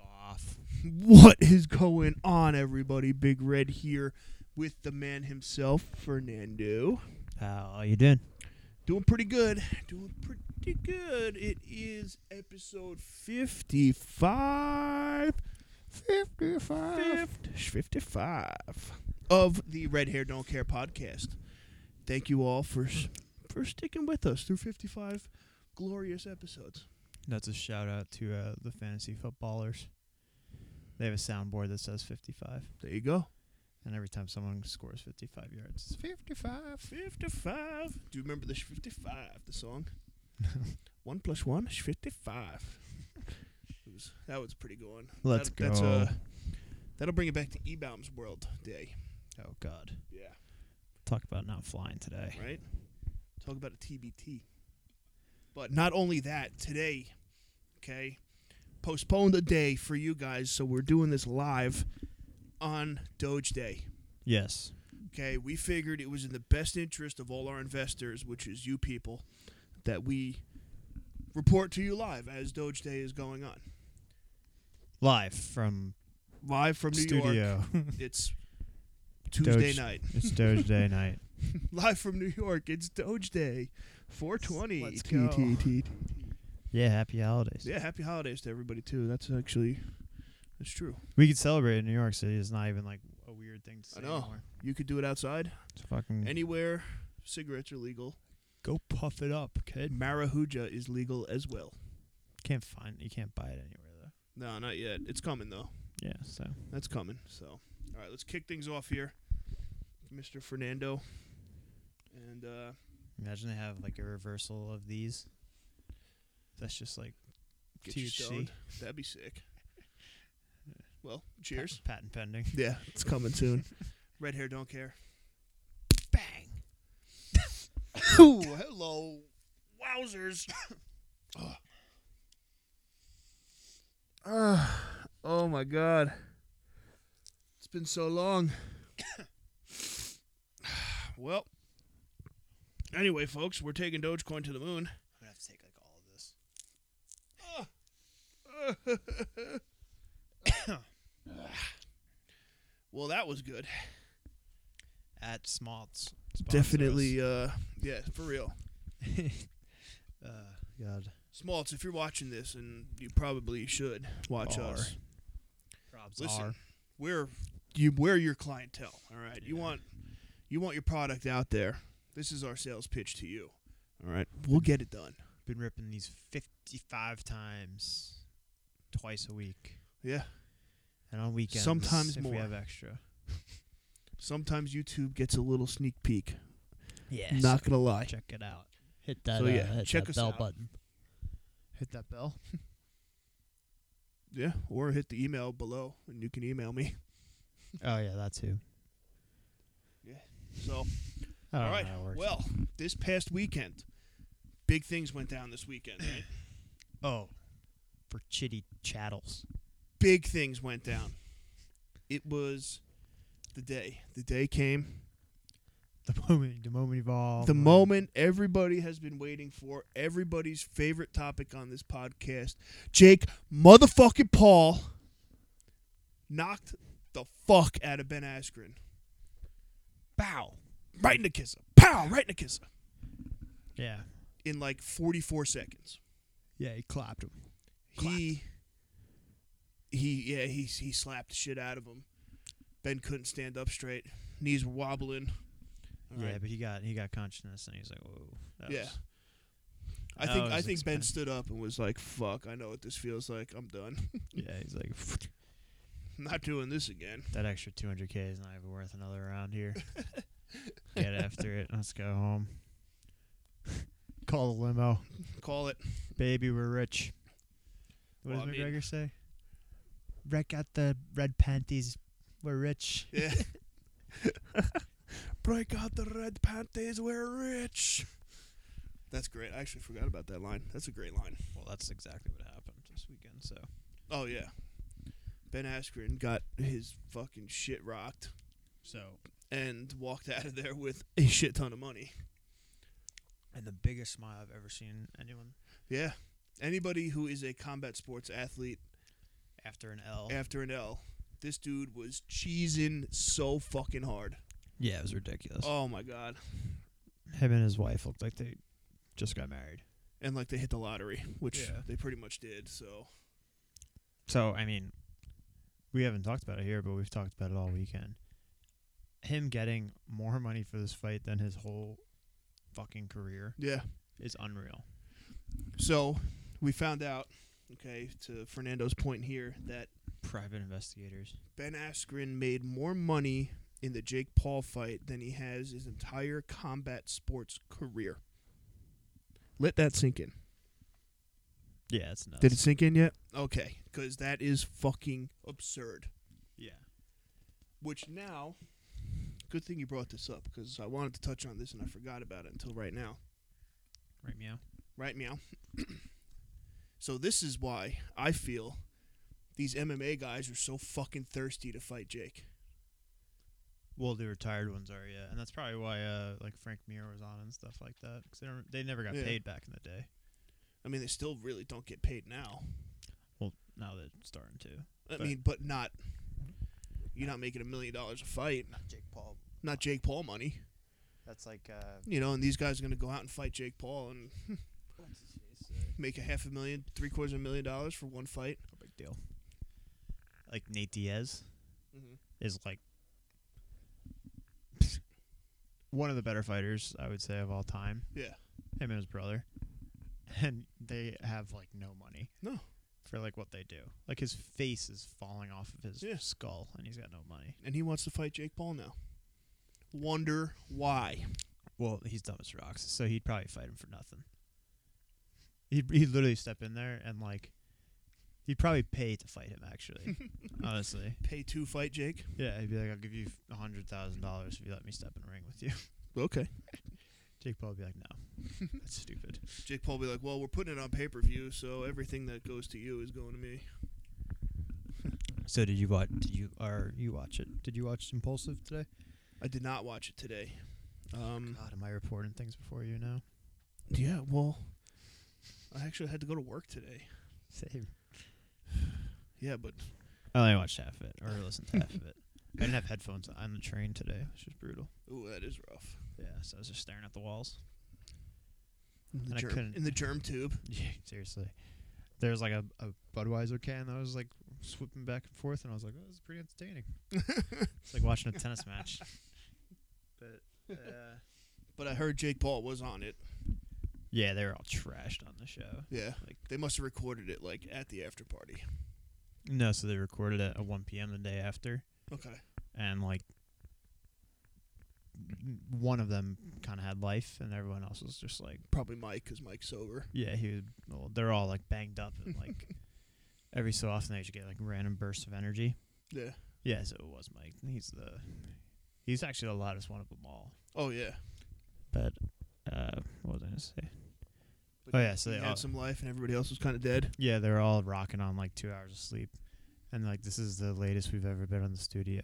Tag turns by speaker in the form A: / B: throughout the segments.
A: off. What is going on, everybody? Big Red here with the man himself, Fernando.
B: How are you doing?
A: Doing pretty good. Doing pretty good. It is episode 55.
B: 55.
A: 55 of the Red Hair Don't Care podcast. Thank you all for s- for sticking with us through 55 glorious episodes.
B: That's a shout out to uh, the fantasy footballers. They have a soundboard that says 55,
A: There you go.
B: and every time someone scores 55 yards, it's 55.
A: 55. Do you remember the sh- 55, the song? one plus one is 55. It was, that was pretty good.
B: Let's
A: that,
B: go.
A: That's uh that'll bring it back to E-Bombs World Day.
B: oh God,
A: Yeah,
B: talk about not flying today.
A: right? Talk about a TBT. But not only that, today, okay, postponed a day for you guys, so we're doing this live on Doge Day.
B: Yes,
A: Okay, we figured it was in the best interest of all our investors, which is you people, that we report to you live as Doge Day is going on.
B: live from
A: Live from New York.
B: studio.
A: It's Tuesday
B: Doge.
A: night.
B: it's Doge Day night.
A: Live from New York. It's Doge Day. 420.
B: Let's
A: T-
B: go.
A: T- T- T.
B: Yeah, happy holidays.
A: Yeah, happy holidays to everybody too. That's actually that's true.
B: We could celebrate in New York City. It's not even like a weird thing to say
A: I know.
B: anymore.
A: You could do it outside.
B: It's fucking
A: Anywhere cigarettes are legal.
B: go puff it up, kid.
A: Marahuja is legal as well.
B: Can't find you can't buy it anywhere though.
A: No, not yet. It's coming though.
B: Yeah, so
A: That's coming. So, all right, let's kick things off here, Mr. Fernando. And uh,
B: Imagine they have like a reversal of these. That's just like
A: get you
B: THC.
A: stoned. That'd be sick. Well, cheers.
B: pa- patent pending.
A: Yeah, it's coming soon. Red hair don't care.
B: Bang.
A: Ooh, hello. Wowzers. oh. oh my god. It's been so long. well, anyway, folks, we're taking Dogecoin to the moon.
B: I'm gonna have to take like all of this.
A: Well, that was good.
B: At Smaltz.
A: Definitely, uh, yeah, for real.
B: uh, God.
A: Smaltz, if you're watching this, and you probably should watch
B: Are.
A: us,
B: Rob's
A: Listen,
B: R.
A: we're you we're your clientele. All right, you
B: Yeah.
A: want you want your product out there. This is our sales pitch to you. All right, we'll get it done.
B: Been ripping these 55 times, twice a week,
A: Yeah.
B: and on weekends.
A: Sometimes
B: if
A: more.
B: we have extra.
A: Sometimes YouTube gets a little sneak peek.
B: Yeah.
A: Not gonna lie.
B: check it out.
C: Hit that,
A: So, yeah,
C: uh, hit
A: check
C: that
A: us
C: bell
A: out.
C: button.
B: Hit that bell.
A: Yeah, or hit the email below, and you can email me.
B: Oh yeah, that too.
A: So.
B: I
A: All
B: don't know
A: right.
B: how it works.
A: Well, this past weekend, big things went down this weekend, right?
B: Oh, for chitty chattels.
A: big things went down. It was the day. The day came.
B: The moment, the moment evolved.
A: The moment everybody has been waiting for, everybody's favorite topic on this podcast. Jake motherfucking Paul knocked the fuck out of Ben Askren. Bow. Right in the kisser. Pow, right in the kisser.
B: Yeah.
A: In like 44 seconds.
B: Yeah, he clapped him.
A: he he yeah he he slapped the shit out of him. Ben couldn't stand up straight. Knees were wobbling. All
B: Yeah,
A: right.
B: but he got he got consciousness and he's like, whoa. that
A: Yeah.
B: was-
A: I
B: that
A: think
B: was
A: I think Ben
B: expensive.
A: stood up and was like, "Fuck, I know what this feels like. I'm done.
B: yeah, he's like,
A: I'm not doing this again."
B: that extra 200k is not even worth another round here. Get after it. Let's go home. Call the limo,
A: Call it.
B: baby. We're rich. What
A: Well, I
B: does
A: mean-
B: McGregor say? Wreck out the red panties. We're rich.
A: Yeah. Break out the red panties. We're rich. That's great. I actually forgot about that line. That's a great line.
B: Well, that's exactly what happened this weekend. So
A: Oh yeah. Ben Askren got his fucking shit rocked.
B: so
A: and walked out of there with a shit ton of money.
B: and the biggest smile I've ever seen anyone
A: Yeah. Anybody who is a combat sports athlete
B: after an L.
A: after an L. This dude was cheesing so fucking hard.
B: Yeah, it was ridiculous.
A: Oh my god!
B: Him and his wife looked like they just got married.
A: And like they hit the lottery, which
B: Yeah.
A: they pretty much did. So
B: So I mean, we haven't talked about it here, but we've talked about it all weekend. Him getting more money for this fight than his whole fucking career
A: yeah.
B: is unreal.
A: So we found out, okay, to Fernando's point here, that
B: Private investigators.
A: Ben Askren made more money in the Jake Paul fight than he has his entire combat sports career. Let that sink in.
B: Yeah, it's nuts.
A: Did it sink in yet? Okay, because that is fucking absurd.
B: yeah.
A: Which now, good thing you brought this up because I wanted to touch on this and I forgot about it until right now.
B: Right, meow.
A: Right, meow. so this is why I feel these MMA guys are so fucking thirsty to fight Jake.
B: Well, the retired ones are, yeah, and that's probably why, uh, like Frank Mir was on and stuff like that, because they don't, they never got
A: Yeah.
B: paid back in the day.
A: I mean, they still really don't get paid now.
B: Well, now they're starting to.
A: I
B: But-
A: mean, but not. You're not making a million dollars a fight.
B: Jake Paul,
A: Not Jake Paul money.
B: that's like, uh,
A: You know, and these guys are going to go out and fight Jake Paul and make a half a million, three quarters of a million dollars for one fight.
B: no big deal. Like Nate Diaz is like one of the better fighters I would say of all time.
A: Yeah.
B: him and his brother, and they have like no money.
A: No.
B: For like what they do, like his face is falling off of his
A: Yeah.
B: skull, and he's got no money.
A: And he wants to fight Jake Paul now. Wonder why.
B: Well, he's dumb as rocks, so he'd probably fight him for nothing. He'd, he'd literally step in there and like, he'd probably pay to fight him. Actually, honestly,
A: Pay to fight Jake?
B: yeah, he'd be like, "I'll give you a hundred thousand dollars if you let me step in a ring with you."
A: Okay.
B: Jake Paul would be like, "No, that's stupid."
A: Jake Paul be like, well, we're putting it on pay per view, so everything that goes to you is going to me.
B: So did you watch? Did you are you watch it? Did you watch Impulsive today?
A: I did not watch it today. Um,
B: God, am I reporting things before you now?
A: yeah, well, I actually had to go to work today.
B: Same.
A: Yeah, but
B: I only watched half of it, or listened to half of it. I didn't have headphones on the train today, which was brutal.
A: ooh, that is rough.
B: Yeah, so I was just staring at the walls.
A: In
B: And
A: the,
B: I
A: germ,
B: couldn't-
A: in the germ tube.
B: Yeah, seriously. There was like a, a Budweiser can that was like swooping back and forth, and I was like, oh, this is pretty entertaining. it's like watching a tennis match. But uh,
A: But I heard Jake Paul was on it.
B: yeah, they were all trashed on the show.
A: Yeah.
B: Like-
A: they must have recorded it, like, at the after party.
B: No, so they recorded it at 1 p.m. the day after,
A: Okay.
B: and like n- one of them kind of had life, and everyone else was just like,
A: Probably Mike, because Mike's sober.
B: yeah, he was. Well, they're all like banged up, and like every so often they just get like random bursts of energy.
A: Yeah.
B: Yeah, so it was Mike. He's the he's actually the loudest one of them all.
A: Oh, yeah.
B: But uh, what was I gonna say?
A: But
B: Oh, yeah, so
A: he
B: they
A: had
B: all-
A: some life, and everybody else was kind of dead.
B: Yeah, they're all rocking on like two hours of sleep, and like this is the latest we've ever been in the studio.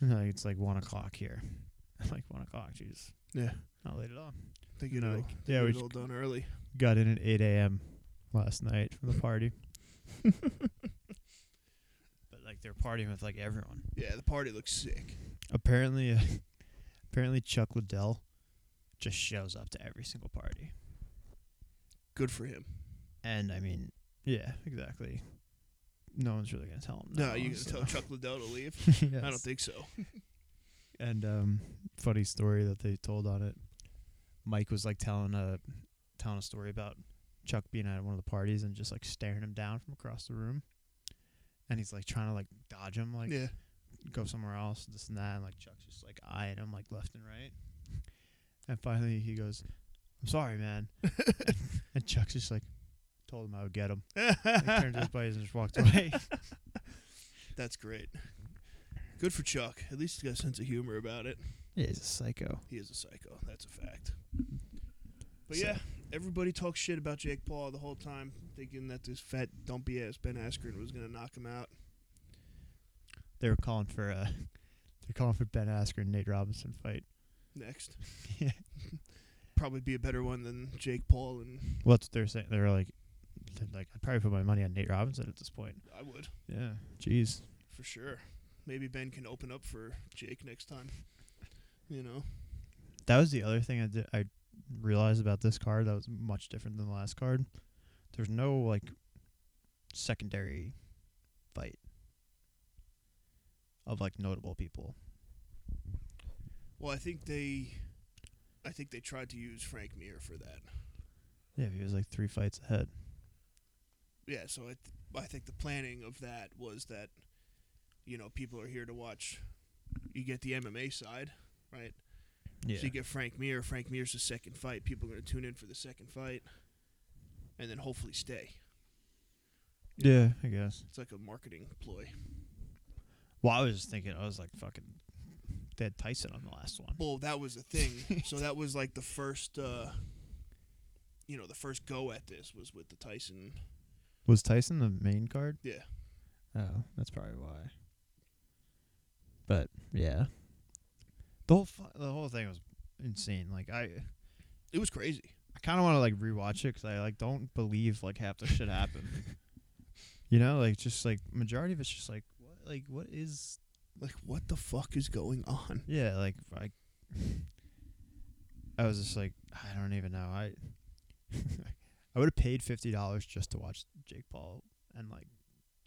B: and, like, it's like one o'clock here. like one o'clock, jeez,
A: Yeah,
B: not late at all.
A: they get it
B: No,
A: all,
B: like-
A: they
B: yeah,
A: get
B: we
A: it
B: should-
A: all done early.
B: Got in at eight a.m. last night from the party. but like they're partying with like everyone.
A: Yeah, the party looks sick.
B: Apparently, uh, apparently Chuck Liddell just shows up to every single party,
A: Good for him.
B: and I mean, yeah, exactly. No one's really gonna tell him.
A: No, you gonna
B: Oh, so-
A: tell Chuck Liddell to leave? I don't
B: Yes.
A: think so.
B: And um, funny story that they told on it. Mike was like telling a telling a story about Chuck being at one of the parties and just like staring him down from across the room, and he's like trying to like dodge him, like
A: yeah,
B: go somewhere else, this and that. And like Chuck's just like eyeing him like left and right. And finally he goes, I'm sorry, man. and Chuck's just like, told him I would get him. Like, turned to his buddies and just walked away.
A: that's great. Good for Chuck. At least he's got a sense of humor about it.
B: yeah, he's a psycho.
A: He is a psycho. That's a fact. But
B: So-
A: yeah, everybody talks shit about Jake Paul the whole time, thinking that this fat dumpy ass Ben Askren was gonna knock him out.
B: They were calling for uh they're calling for Ben Asker and Nate Robinson fight.
A: Next,
B: Yeah.
A: probably be a better one than Jake Paul and
B: Well, that's what they're saying. They're like I'd like I'd probably put my money on Nate Robinson at this point.
A: I would
B: Yeah. Jeez.
A: for sure. Maybe Ben can open up for Jake next time. You know,
B: That was the other thing I did, I realized about this card that was much different than the last card. There's no like secondary fight of like notable people.
A: well, I think they, I think they tried to use Frank Mir for that.
B: Yeah, he was like three fights ahead.
A: yeah, so I, th- I think the planning of that was that, you know, people are here to watch. You get the MMA side, right?
B: Yeah.
A: So you get Frank Mir. Frank Mir's the second fight. People are going to tune in for the second fight, and then hopefully stay.
B: yeah, I guess.
A: It's like a marketing ploy.
B: Well, I was just thinking I was like fucking they had Tyson on the last one.
A: Well, that was the thing. so that was like the first, uh, you know, the first go at this was with the Tyson.
B: Was Tyson the main card?
A: Yeah.
B: Oh, that's probably why. But yeah, the whole fu- the whole thing was insane. Like I,
A: It was crazy.
B: I kind of want to like rewatch it because I like don't believe like half the shit happened. You know, like just like majority of it's just like what, like what is
A: Like, what the fuck is going on?
B: yeah, like I, I was just like I don't even know. I, I would have paid fifty dollars just to watch Jake Paul and like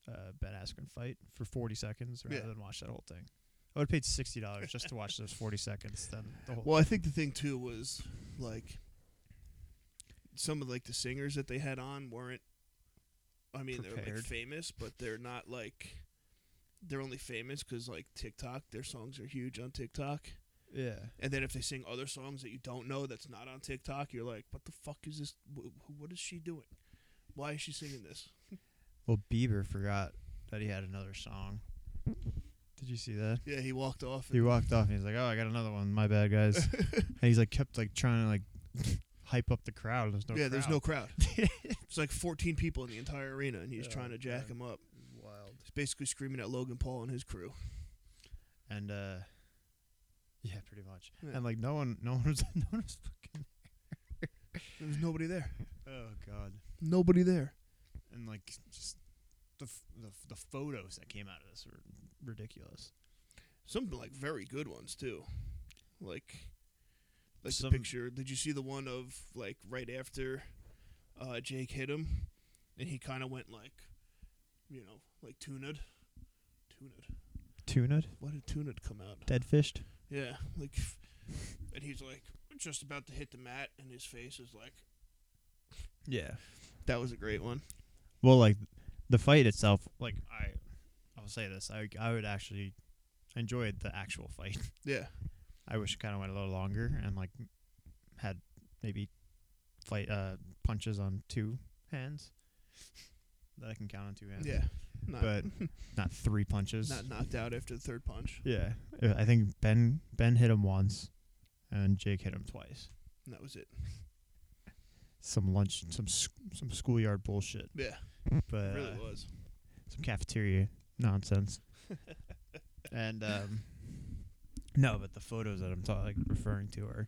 B: uh, Ben Askren fight for forty seconds rather
A: Yeah.
B: than watch that whole thing. I would have paid sixty dollars just to watch those forty seconds. Then the whole
A: Well, I think the thing too was like some of like the singers that they had on weren't. I mean, they're like
B: Prepared.
A: famous, but they're not like they're only famous because like TikTok, their songs are huge on TikTok.
B: yeah,
A: And then if they sing other songs that you don't know that's not on TikTok, you're like, what the fuck is this? Wh- wh- What is she doing? Why is she singing this?
B: well Bieber forgot that he had another song. Did you see that?
A: Yeah, he walked off.
B: He walked off and he's like, "Oh, I got another one. My bad, guys." and he's like, kept like trying to like hype up the crowd. There's no
A: yeah, there's
B: crowd.
A: no crowd. it's like 14 people in the entire arena, and he's
B: Oh,
A: trying to jack
B: God.
A: him up.
B: wild.
A: He's basically screaming at Logan Paul and his crew.
B: and uh yeah pretty much
A: Yeah.
B: and like no one no one was no one was fucking
A: There's nobody there.
B: oh god
A: Nobody there.
B: and like just the f- the, f- the photos that came out of this were ridiculous
A: Some like very good ones too. Like like
B: Some-
A: the picture. Did you see the one of like right after uh, Jake hit him and he kind of went like you know, like tuned. Tuned.
B: tuna
A: Why did tuned come out?
B: dead fished
A: Yeah, like and he's like just about to hit the mat and his face is like
B: yeah
A: that was a great one.
B: well like the fight itself like i i'll say this i i would actually I enjoyed the actual fight
A: Yeah.
B: i wish it kind of went a little longer and like had maybe fight uh punches on two hands that i can count on two hands
A: Yeah. Not
B: but not three punches.
A: not knocked out after the third punch.
B: yeah, Uh, I think Ben Ben hit him once, and Jake hit him twice.
A: And that was it.
B: Some lunch, some s- some schoolyard bullshit,
A: Yeah,
B: but
A: it
B: uh,
A: really was.
B: some cafeteria nonsense. and um, no, but the photos that I'm ta- like referring to are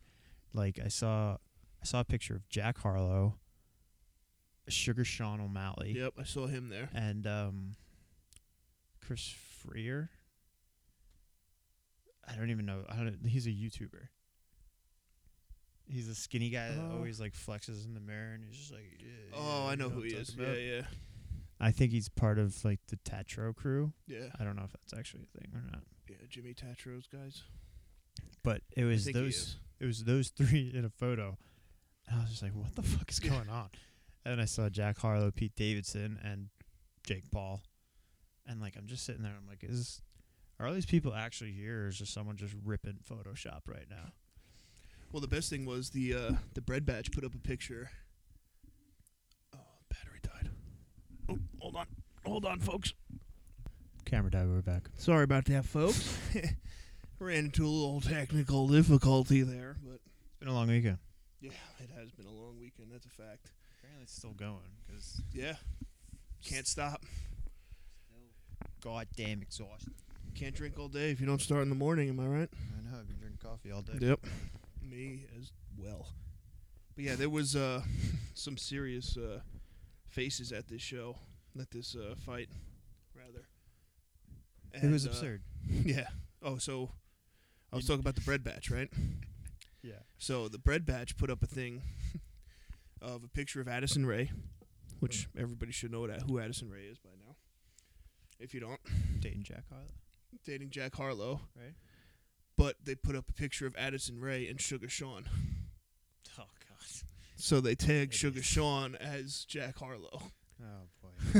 B: like I saw I saw a picture of Jack Harlow, Sugar Sean O'Malley,
A: Yep, I saw him there.
B: and um, Chris Freer. I don't even know. I don't. He's a YouTuber. He's a skinny guy that
A: Oh.
B: always like flexes in the mirror, and he's just like, yeah,
A: Oh,
B: yeah,
A: I
B: you
A: know
B: what
A: who
B: I'm
A: he
B: talking
A: is. Yeah,
B: about?
A: yeah,
B: I think he's part of like the Tatro crew.
A: yeah,
B: I don't know if that's actually a thing or not,
A: yeah. Jimmy Tatro's guys.
B: but it
A: I
B: was
A: think he
B: those.
A: is.
B: It was those three in a photo, and I was just like, "What the fuck is
A: Yeah.
B: going on?" And I saw Jack Harlow, Pete Davidson, and Jake Paul, and like I'm just sitting there. I'm like, "Is are all these people actually here, or is just someone just ripping Photoshop right now?"
A: Well, the best thing was the uh, the bread batch put up a picture. Oh, battery died. Oh, hold on, hold on, folks.
B: Camera dive, we're back.
A: Sorry about that, folks. Ran into a little technical difficulty there, but
B: It's been a long weekend.
A: yeah, it has been a long weekend. That's a fact.
B: Apparently, it's still going because
A: Yeah, can't stop.
B: goddamn exhausted.
A: Can't drink all day if you don't start in the morning. Am I right?
B: I know I've been drinking coffee all day.
A: Yep. Me as well. But yeah, there was uh, some serious uh, faces at this show, at this uh, fight, rather.
B: it was
A: And, uh,
B: absurd.
A: yeah. Oh, so I was talking about the bread batch, right?
B: Yeah.
A: So the bread batch put up a thing of a picture of Addison Ray, which everybody should know what, who Addison Ray is by now. If you don't,
B: Dayton Jack Harlow.
A: dating Jack Harlow,
B: Right.
A: but they put up a picture of Addison Ray and Sugar Sean.
B: Oh god.
A: So they tag
B: It
A: Sugar
B: is.
A: Sean as Jack Harlow.
B: Oh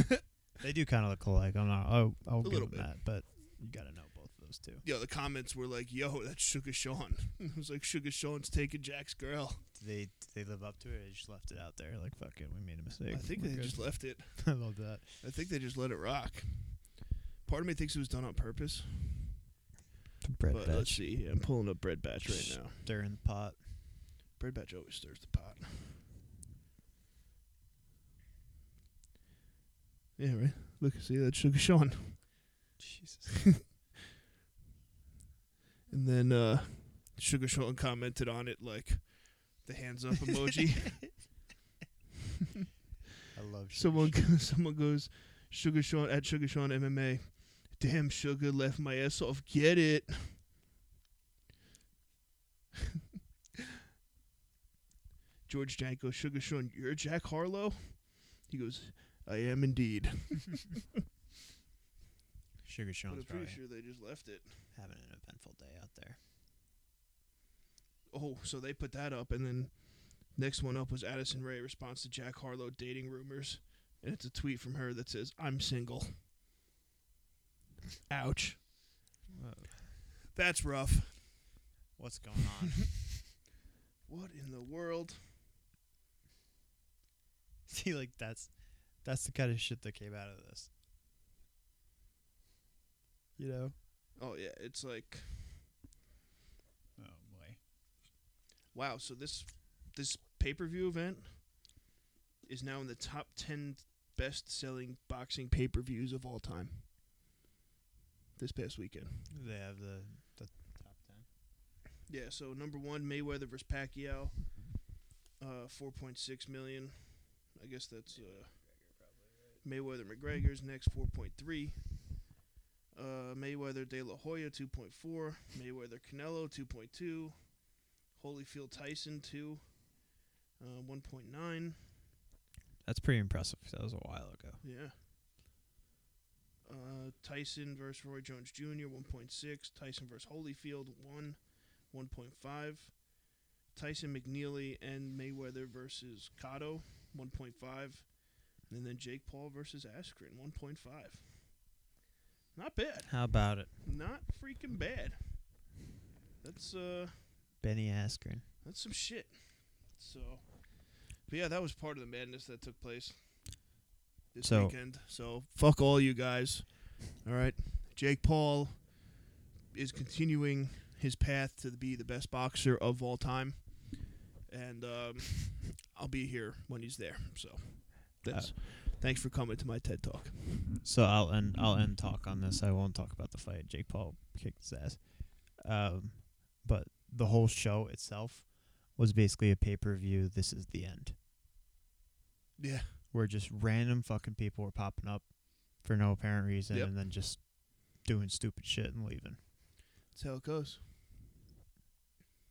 B: boy. they do kind of look alike. I'm not. I'll, I'll give
A: little
B: them
A: bit.
B: that, but you got to know both of those two.
A: You know, the comments were like, "Yo, that's Sugar Sean." it was like Sugar Sean's taking Jack's girl.
B: Did they did they live up to it? Or they just left it out there. Like fuck it, we made a mistake.
A: I think
B: We're
A: they
B: good.
A: just left it.
B: I love that.
A: I think they just let it rock. Part of me thinks it was done on purpose,
B: The bread
A: but uh, let's
B: batch
A: see. I'm pulling up Bread Batch right now.
B: stir in the pot.
A: Bread Batch always stirs the pot. Yeah, right. Look, see that's Sugar Sean,
B: Jesus.
A: and then uh, Sugar Sean commented on it like the hands up emoji.
B: I love
A: Someone someone goes, Sugar Sean at Sugar Sean MMA. Damn, Sugar left my ass off. Get it. George Janko, Sugar Sean, you're Jack Harlow. He goes, I am indeed. But
B: Sugar
A: I'm
B: Sean's
A: pretty
B: probably
A: sure they just left it.
B: having an eventful day out there.
A: Oh, so they put that up, and then next one up was Addison Ray response to Jack Harlow dating rumors, and it's a tweet from her that says, "I'm single." Ouch. That's rough.
B: What's going on?
A: What in the world?
B: See, like that's that's the kind of shit that came out of this. You know.
A: Oh yeah, it's like
B: Oh boy.
A: wow. So this this pay per view event is now in the top ten best selling boxing pay per views of all time. This past weekend.
B: They have the the top ten.
A: Yeah. So number one, Mayweather versus Pacquiao, uh, four point six million. I guess that's uh, Mayweather McGregor's next four point three. Uh, Mayweather De La Hoya two point four. Mayweather Canelo two point two. Holyfield Tyson two. Uh, one point nine.
B: That's pretty impressive. 'cause That was a while ago.
A: Yeah. Uh, Tyson versus Roy Jones Jr. 1.6. Tyson versus Holyfield 1. 1.5. Tyson McNeely and Mayweather versus Cotto 1.5. And then Jake Paul versus Askren 1.5. Not bad.
B: How about it,
A: Not freaking bad. That's uh
B: Benny Askren?
A: that's some shit. So But yeah, that was part of the madness that took place this
B: So-
A: weekend. So fuck all you guys. All right. Jake Paul is continuing his path to be the best boxer of all time. And um, I'll be here when he's there. So
B: Uh,
A: that's thanks for coming to my TED talk.
B: So I'll end I'll end talk on this. I won't talk about the fight. Jake Paul kicked his ass. Um, but the whole show itself was basically a pay per view. This is the end.
A: Yeah.
B: Where just random fucking people were popping up for no apparent reason
A: Yep.
B: and then just doing stupid shit and leaving.
A: That's how it goes.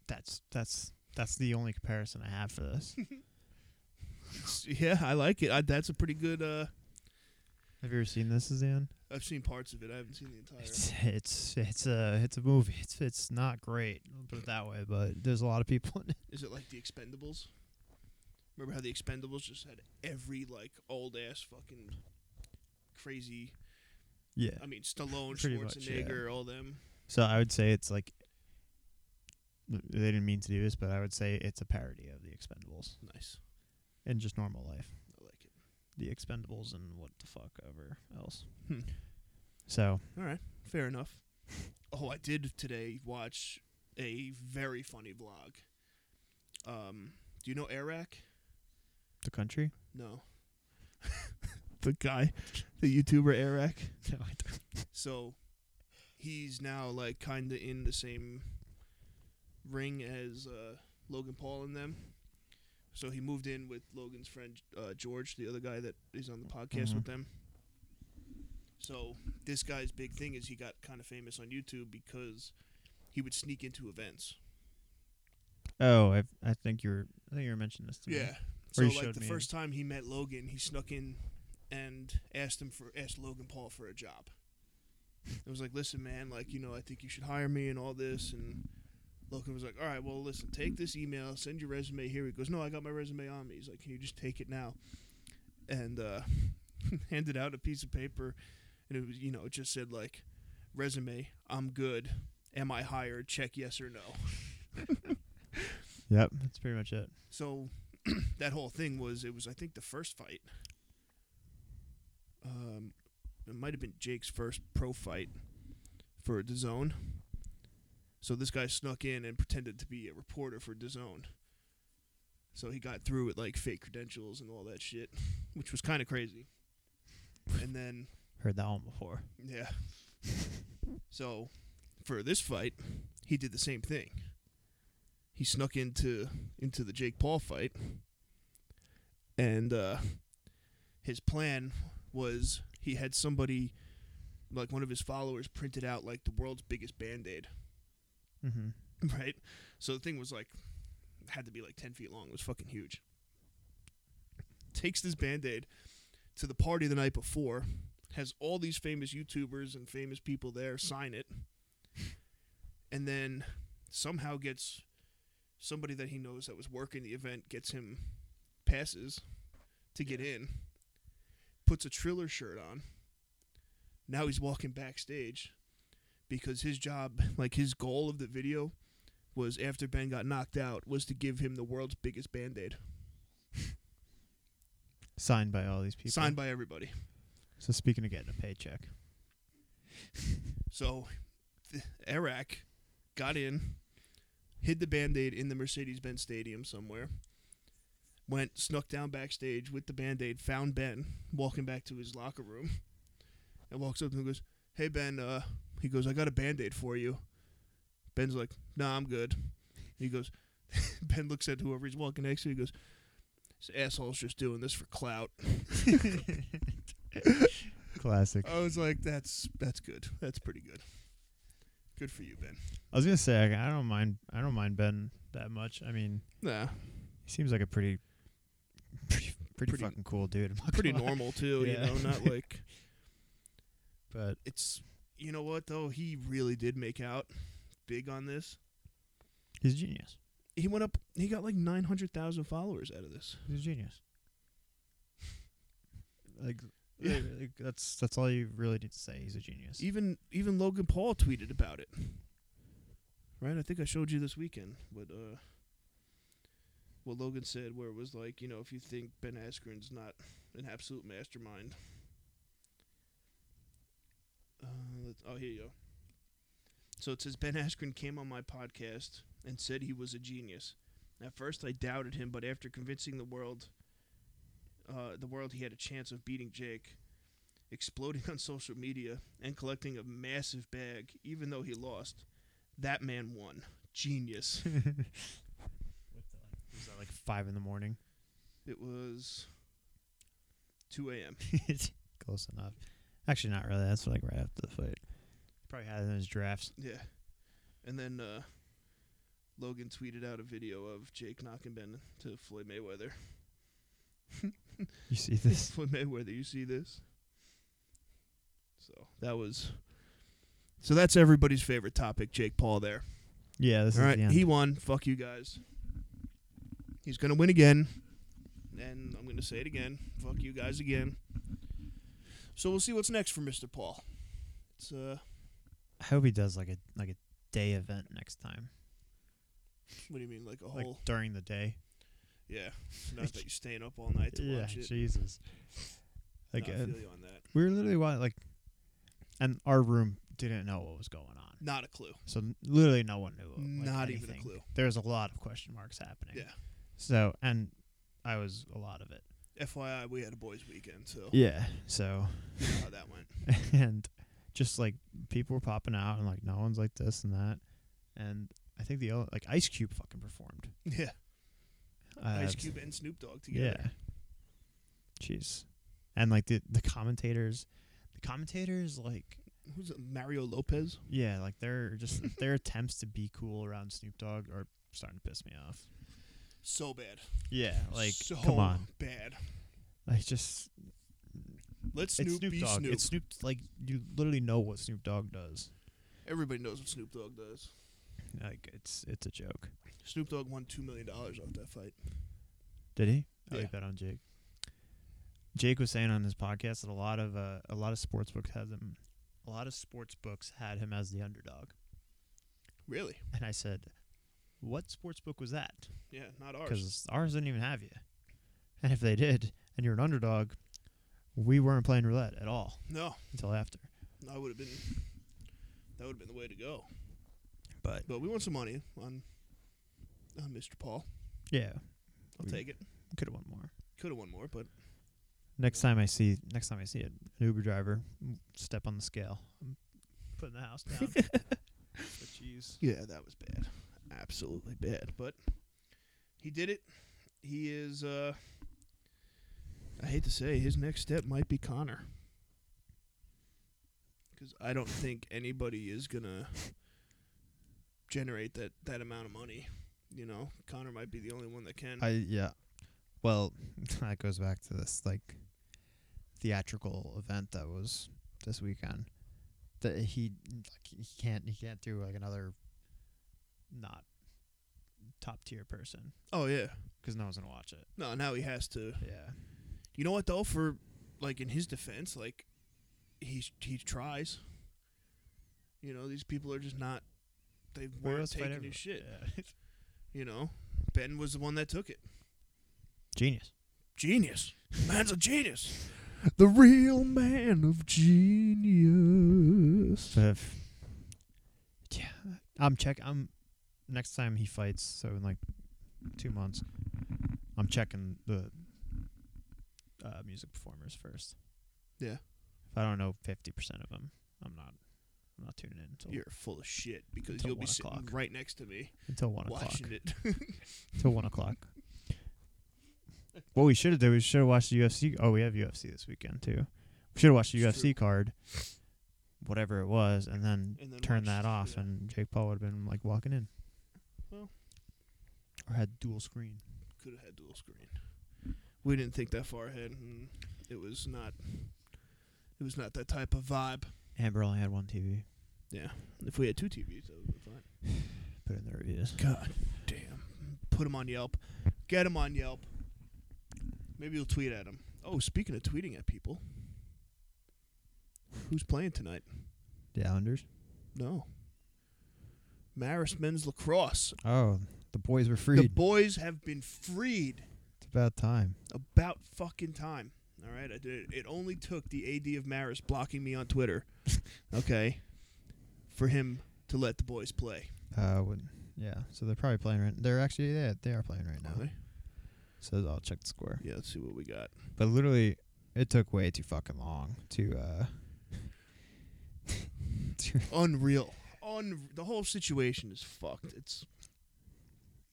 B: That's that's that's the only comparison I have for this.
A: yeah, I like it. I, that's a pretty good uh
B: have you ever seen this, is the end?
A: I've seen parts of it. I haven't seen the entire
B: It's it's it's a it's a movie. It's it's not great. I'll put it that way. But there's a lot of people in it.
A: Is it like the Expendables? Remember how the Expendables just had every like old ass fucking crazy.
B: Yeah.
A: I mean, Stallone,
B: Pretty much,
A: Schwarzenegger, all them.
B: So I would say it's like they didn't mean to do this, but I would say it's a parody of the Expendables
A: Nice,
B: in just normal life.
A: I like it.
B: The Expendables and what the fuck ever else.
A: Hmm.
B: So
A: All right, fair enough. Oh, I did today watch a very funny vlog. Um, do you know Eric?
B: the country.
A: No. the guy, the YouTuber Eric.
B: No, I don't.
A: So he's now like kind of in the same ring as uh, Logan Paul and them. So he moved in with Logan's friend uh, George, the other guy that is on the podcast
B: Mhm.
A: with them. So this guy's big thing is he got kind of famous on YouTube because he would sneak into events.
B: Oh, I I think you were I think you were mentioning this to me.
A: So
B: you
A: like
B: showed
A: the
B: me.
A: first time he met Logan, he snuck in and asked him for asked Logan Paul for a job. It was like, listen, man, like you know, I think you should hire me and all this. And Logan was like, all right, well, listen, take this email, send your resume here. He goes, no, I got my resume on me. He's like, can you just take it now? And uh, handed out a piece of paper, and it was you know it just said like, resume, I'm good. Am I hired? Check yes or no.
B: Yep, that's pretty much it.
A: So that whole thing was it was I think the first fight. Um, it might have been Jake's first pro fight for DAZN. So this guy snuck in and pretended to be a reporter for DAZN. So he got through with like fake credentials and all that shit, which was kind of crazy. And then
B: Heard that one before.
A: yeah. so, for this fight, he did the same thing. He snuck into into the Jake Paul fight, and uh, his plan was he had somebody, like one of his followers, printed out like the world's biggest band aid,
B: Mm-hmm.
A: right? So the thing was like, had to be like ten feet long. It was fucking huge. Takes this band aid to the party the night before, has all these famous YouTubers and famous people there sign it, and then somehow gets somebody that he knows that was working the event gets him passes to get in, puts a Triller shirt on. Now he's walking backstage because his job, like his goal of the video, was after Ben got knocked out, was to give him the world's biggest band aid.
B: Signed by all these people.
A: Signed by everybody.
B: So speaking of getting a paycheck,
A: So th- Eric got in, hid the band aid in the Mercedes Benz Stadium somewhere, went, snuck down backstage with the band aid, found Ben walking back to his locker room, and walks up to him and goes, Hey, Ben, uh, he goes, I got a band aid for you. Ben's like, Nah, I'm good. He goes, Ben looks at whoever he's walking next to, he goes, This asshole's just doing this for clout.
B: classic.
A: I was like, That's that's good. That's pretty good. Good for you, Ben.
B: I was gonna say I, I don't mind I don't mind Ben that much. I mean,
A: Nah.
B: he seems like a pretty, pretty, pretty,
A: Pretty-
B: fucking cool dude. I'm not
A: pretty
B: gonna lie.
A: normal too.
B: Yeah.
A: You know, not like
B: But
A: it's. You know what though? He really did make out big on this.
B: he's a genius.
A: He went up. He got like nine hundred thousand followers out of this.
B: He's a genius. Like,
A: Yeah.
B: like, that's that's all you really need to say. He's a genius.
A: Even even Logan Paul tweeted about it. Right, I think I showed you this weekend what uh what Logan said, where it was like, you know, if you think Ben Askren's not an absolute mastermind. Uh, let- oh, here you go. So it says Ben Askren came on my podcast and said he was a genius. At first, I doubted him, but after convincing the world, uh, the world he had a chance of beating Jake, exploding on social media and collecting a massive bag, even though he lost, that man won. Genius.
B: what the, like, was that like five in the morning?
A: It was 2 a.m.
B: Close enough. Actually, not really. That's like right after the fight. Probably had it in his drafts.
A: Yeah. And then uh, Logan tweeted out a video of Jake knocking Ben to Floyd Mayweather.
B: You see this?
A: Floyd Mayweather, you see this? So that was. So that's everybody's favorite topic, Jake Paul there.
B: Yeah, this
A: All
B: is
A: right,
B: the end.
A: he won. Fuck you guys. He's gonna win again, and I'm gonna say it again. Fuck you guys again. So we'll see what's next for Mr. Paul. It's uh,
B: I hope he does like a like a day event next time,
A: what do you mean, like a
B: like
A: whole?
B: during the day.
A: Yeah, not that you're staying up all night to watch it.
B: Jesus.
A: No,
B: Like
A: I
B: uh,
A: feel you on that.
B: we were literally watching like, and our room didn't know what was going on,
A: Not a clue.
B: so n- literally no one knew. like,
A: not even a
B: anything.
A: clue.
B: There was a lot of question marks happening.
A: Yeah.
B: So and I was a lot of it.
A: FYI, we had a boys' weekend, so
B: Yeah. So
A: you know how that went.
B: and just like people were popping out and like no one's like this and that, and I think the o- like Ice Cube fucking performed.
A: Yeah,
B: Uh,
A: Ice Cube and Snoop Dogg together.
B: Yeah. Jeez. And like the the commentators, the commentators like
A: Who's it, Mario Lopez?
B: yeah, like they're just their attempts to be cool around Snoop Dogg are starting to piss me off.
A: So bad.
B: Yeah, like
A: so
B: come on,
A: bad.
B: like just
A: Let's
B: it's
A: Snoop,
B: Snoop
A: be
B: Dogg.
A: Snoop.
B: It's Snoop. Like you literally know what Snoop Dogg does.
A: Everybody knows what Snoop Dogg does.
B: Like it's it's a joke.
A: Snoop Dogg won two million dollars off that fight.
B: Did he? Oh,
A: Yeah.
B: he bet on Jake. Jake was saying on his podcast that a lot of uh, a lot of sports books has him, a lot of sports books had him as the underdog.
A: Really?
B: And I said, "What sports book was that?"
A: Yeah, not ours.
B: Because ours didn't even have you. And if they did, and you're an underdog, we weren't playing roulette at all
A: No,
B: until after.
A: I would have been. That would have been the way to go.
B: But
A: But we want some money on, on Mr. Paul.
B: yeah,
A: I'll
B: We-
A: take it.
B: could have won more.
A: Could have won more, but
B: Next time I see, next time I see an Uber driver mm, step on the scale, I'm putting the house down. But jeez.
A: yeah, that was bad. Absolutely bad. But he did it. He is. uh I hate to say, his next step might be Connor. Because I don't think anybody is gonna generate that that amount of money. You know, Connor might be the only one that can.
B: I yeah. Well, that goes back to this like theatrical event that was this weekend. That he like, he can't he can't do like another not top tier person
A: oh yeah.
B: because no one's gonna watch it.
A: No, now he has to.
B: Yeah.
A: You know what though? For like in his defense, like he he tries. You know, these people are just not. They weren't taking his shit. You know, Ben was the one that took it.
B: Genius.
A: Genius, man's a genius. The real man of genius.
B: yeah, I'm check. I'm next time he fights. So in like two months, I'm checking the uh, music performers first.
A: Yeah.
B: If I don't know fifty percent of them, I'm not. I'm not tuning in until
A: You're full of shit because
B: Until
A: you'll be
B: one
A: sitting
B: o'clock.
A: right next to me
B: until one o'clock.
A: watching it.
B: Until one o'clock. What we should have done, we should have watched the UFC. Oh, we have UFC this weekend too. We should have watched the
A: It's
B: UFC card, whatever it was, and then
A: and then
B: turn
A: watch-
B: that off,
A: yeah.
B: and Jake Paul would have been like walking in.
A: Well.
B: or had dual screen.
A: could have had dual screen. We didn't think that far ahead, and it was not. It was not that type of vibe.
B: Amber only had one TV.
A: If we had two TVs, that would be fine.
B: Put it in the reviews.
A: God damn! Put them on Yelp. Get them on Yelp. Maybe you'll tweet at them. Oh, speaking of tweeting at people, who's playing tonight?
B: The Islanders.
A: No. Marist men's lacrosse.
B: Oh, the boys were
A: The
B: freed.
A: boys have been freed.
B: it's about time.
A: about fucking time. All right, I did it. It only took the AD of Maris blocking me on Twitter, okay, for him to let the boys play.
B: Uh, when, yeah. So they're probably playing right. They're actually yeah, they are playing right now.
A: Okay.
B: So I'll check the score.
A: Yeah, let's see what we got.
B: But literally, it took way too fucking long to. uh to-
A: Unreal. Un- the whole situation is fucked. It's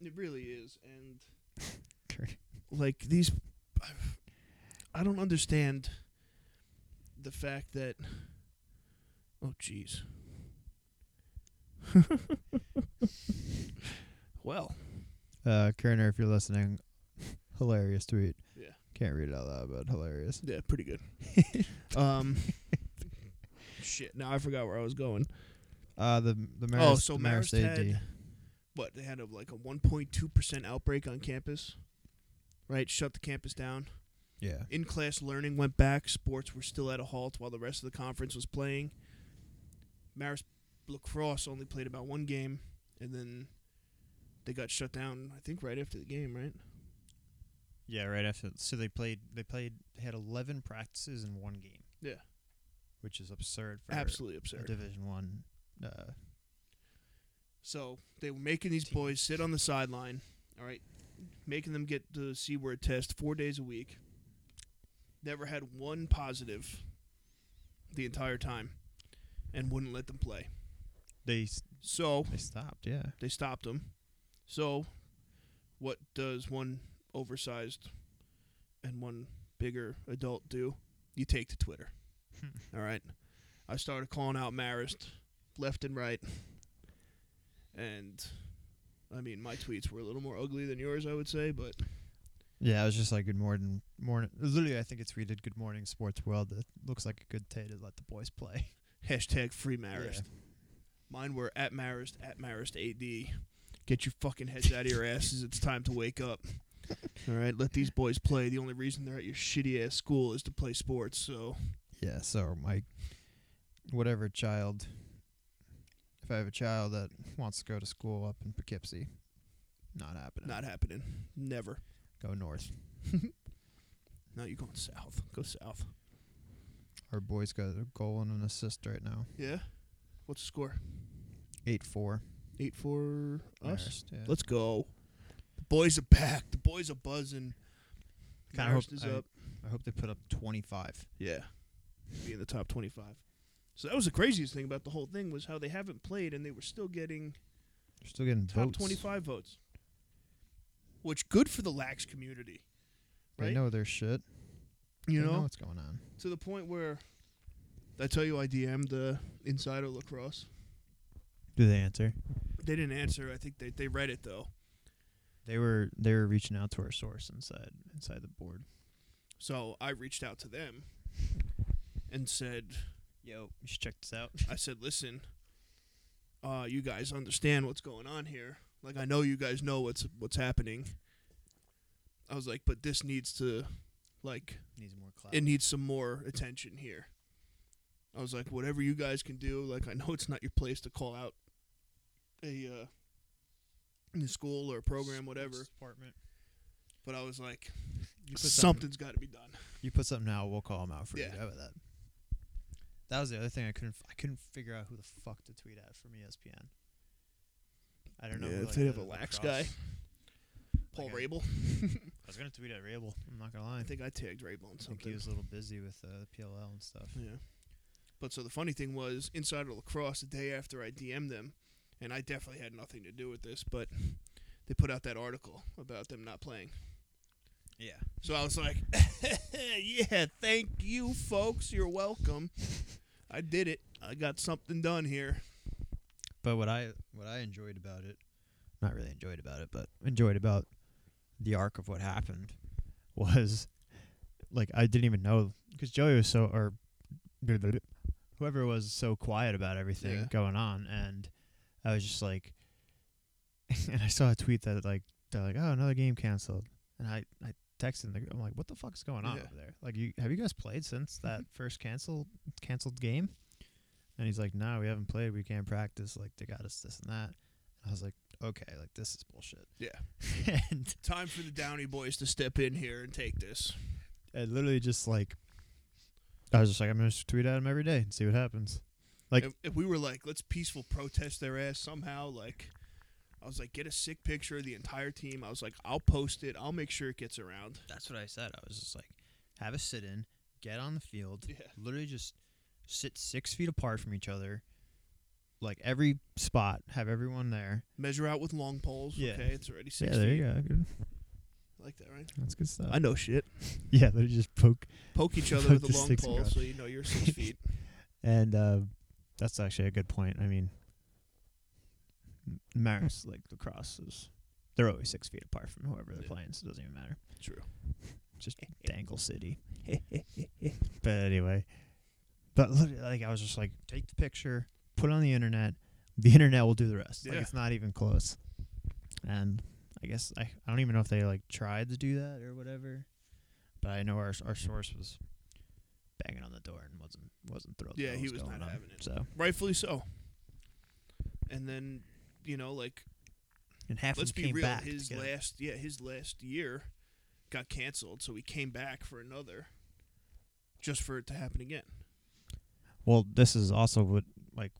A: it really is, and like these, I don't understand the fact that. Oh, jeez. well,
B: uh, Kerner, if you're listening, hilarious tweet.
A: yeah.
B: Can't read it out loud, but hilarious.
A: Yeah, pretty good. um, shit. Now I forgot where I was going.
B: Uh, the the Marist,
A: Oh, so
B: the Marist
A: Marist
B: AD.
A: had- But they had a, like a 1.2 percent outbreak on campus. Right, shut the campus down.
B: yeah,
A: In class learning went back. Sports were still at a halt while the rest of the conference was playing. Marist lacrosse only played about one game, and then they got shut down. I think right after the game, right?
B: yeah. Right after, so they played. They played. They had 11 practices in one game.
A: Yeah.
B: which is absurd for
A: Absolutely
B: a
A: absurd.
B: Division One. Uh,
A: So they were making these boys sit on the sideline, all right, making them get the C word test four days a week. Never had one positive the entire time and wouldn't let them play.
B: they s-
A: So
B: they stopped. Yeah,
A: they stopped them. So what does one oversized and one bigger adult do, you take to Twitter. All right. I started calling out Marist left and right. And I mean, my tweets were a little more ugly than yours, I would say, but
B: Yeah, I was just like, good morning, morning. Literally, I think it's tweeted, good morning, sports world. It looks like a good day to let the boys play.
A: hashtag free Marist. Mine were at Marist, at Marist AD. Get your fucking heads out of your asses. It's time to wake up. All right, let these boys play. The only reason they're at your shitty ass school is to play sports. So
B: Yeah, so my whatever child, if I have a child that wants to go to school up in Poughkeepsie, not happening.
A: not happening. Never.
B: go north.
A: No, you're going south. Go south.
B: Our boys got a goal and an assist right now.
A: Yeah. What's the score?
B: Eight four.
A: Eight for us.
B: Marist, yeah.
A: Let's go. The boys are back. The boys are buzzing.
B: Kinda hope-
A: Marist is
B: I-
A: up.
B: I hope they put up twenty five.
A: Yeah. Be in the top 25. So that was the craziest thing about the whole thing was how they haven't played and they were still getting
B: They're still getting
A: top
B: votes.
A: 25 votes. Which good for the lax community.
B: They
A: right?
B: know their shit.
A: You
B: they
A: know?
B: what's going on.
A: to the point where I tell you I DM'd the insider lacrosse.
B: Do they answer?
A: They didn't answer. I think they, they read it though.
B: They were they were reaching out to our source inside inside the board.
A: So I reached out to them and said,
B: Yo, you should check this out.
A: I said, listen, uh, you guys understand what's going on here. Like I know you guys know what's what's happening. I was like, but this needs to, like,
B: Needs more clout.
A: it needs some more attention here. I was like, whatever you guys can do. Like I know it's not your place to call out a uh, new school or a program, whatever.
B: Department.
A: But I was like,
B: You put something.
A: something's got to be done.
B: You put something out, we'll call them out for you.
A: Yeah.
B: How about that? That was the other thing I couldn't f- I couldn't figure out who the fuck to tweet at from E ESPN. I don't know.
A: Yeah,
B: who,
A: if
B: like,
A: they have
B: the
A: a lax
B: lacrosse-
A: Paul
B: like, I-
A: Rabel.
B: I was gonna tweet at Rabel. I'm not gonna lie.
A: I think I tagged Rabel on
B: I think
A: something.
B: he was a little busy with uh, PLL and stuff.
A: Yeah. But so the funny thing was, Insider Lacrosse, the day after I DM'd them, and I definitely had nothing to do with this, but they put out that article about them not playing.
B: Yeah.
A: So I was like, yeah, thank you, folks. You're welcome. I did it. I got something done here.
B: But what I what I enjoyed about it, not really enjoyed about it, but enjoyed about the arc of what happened was like I didn't even know because Joey was so or whoever was so quiet about everything
A: Yeah.
B: going on, and I was just like, and I saw a tweet that like they're like, oh, another game canceled, and I I texted them, I'm like, what the fuck's going on
A: Yeah.
B: over there? Like, you have you guys played since that first cancel canceled game? And he's like, no, we haven't played, we can't practice, like they got us this and that. And I was like, okay, like this is bullshit.
A: Yeah.
B: and
A: Time for the Downey boys to step in here and take this.
B: I literally just like I was just like I'm gonna just tweet at him every day and see what happens. Like-
A: if, if we were like, let's peaceful protest their ass somehow, like, I was like, get a sick picture of the entire team. I was like, I'll post it. I'll make sure it gets around.
B: That's what I said. I was just like, have a sit in, get on the field,
A: Yeah.
B: literally just sit six feet apart from each other, like every spot, have everyone there.
A: Measure out with long poles.
B: Yeah.
A: Okay, it's already six feet.
B: go. Good.
A: I like that, right?
B: That's good stuff.
A: I know shit.
B: yeah, literally just poke,
A: Poke each other with a
B: Just
A: long
B: sticks
A: pole,
B: around.
A: so you know you're six feet.
B: and uh, that's actually a good point. I mean, M- Maris like lacrosse is they're always six feet apart from whoever they're
A: Yeah.
B: playing, so it doesn't even matter.
A: True.
B: just Dangle City. but anyway, but look, like I was just like, take the picture, put it on the internet. The internet will do the rest.
A: Yeah.
B: Like it's not even close. And I guess I, I don't even know if they like tried to do that or whatever. But I know our our source was banging on the door and wasn't wasn't thrilled.
A: Yeah,
B: about what
A: he was
B: going
A: not
B: on.
A: having it.
B: So
A: Rightfully so. And then, you know, like
B: and half
A: let's
B: of them
A: be
B: came
A: real,
B: back. to
A: his
B: get it.
A: last yeah, his last year got canceled, so he came back for another just for it to happen again.
B: Well, this is also what like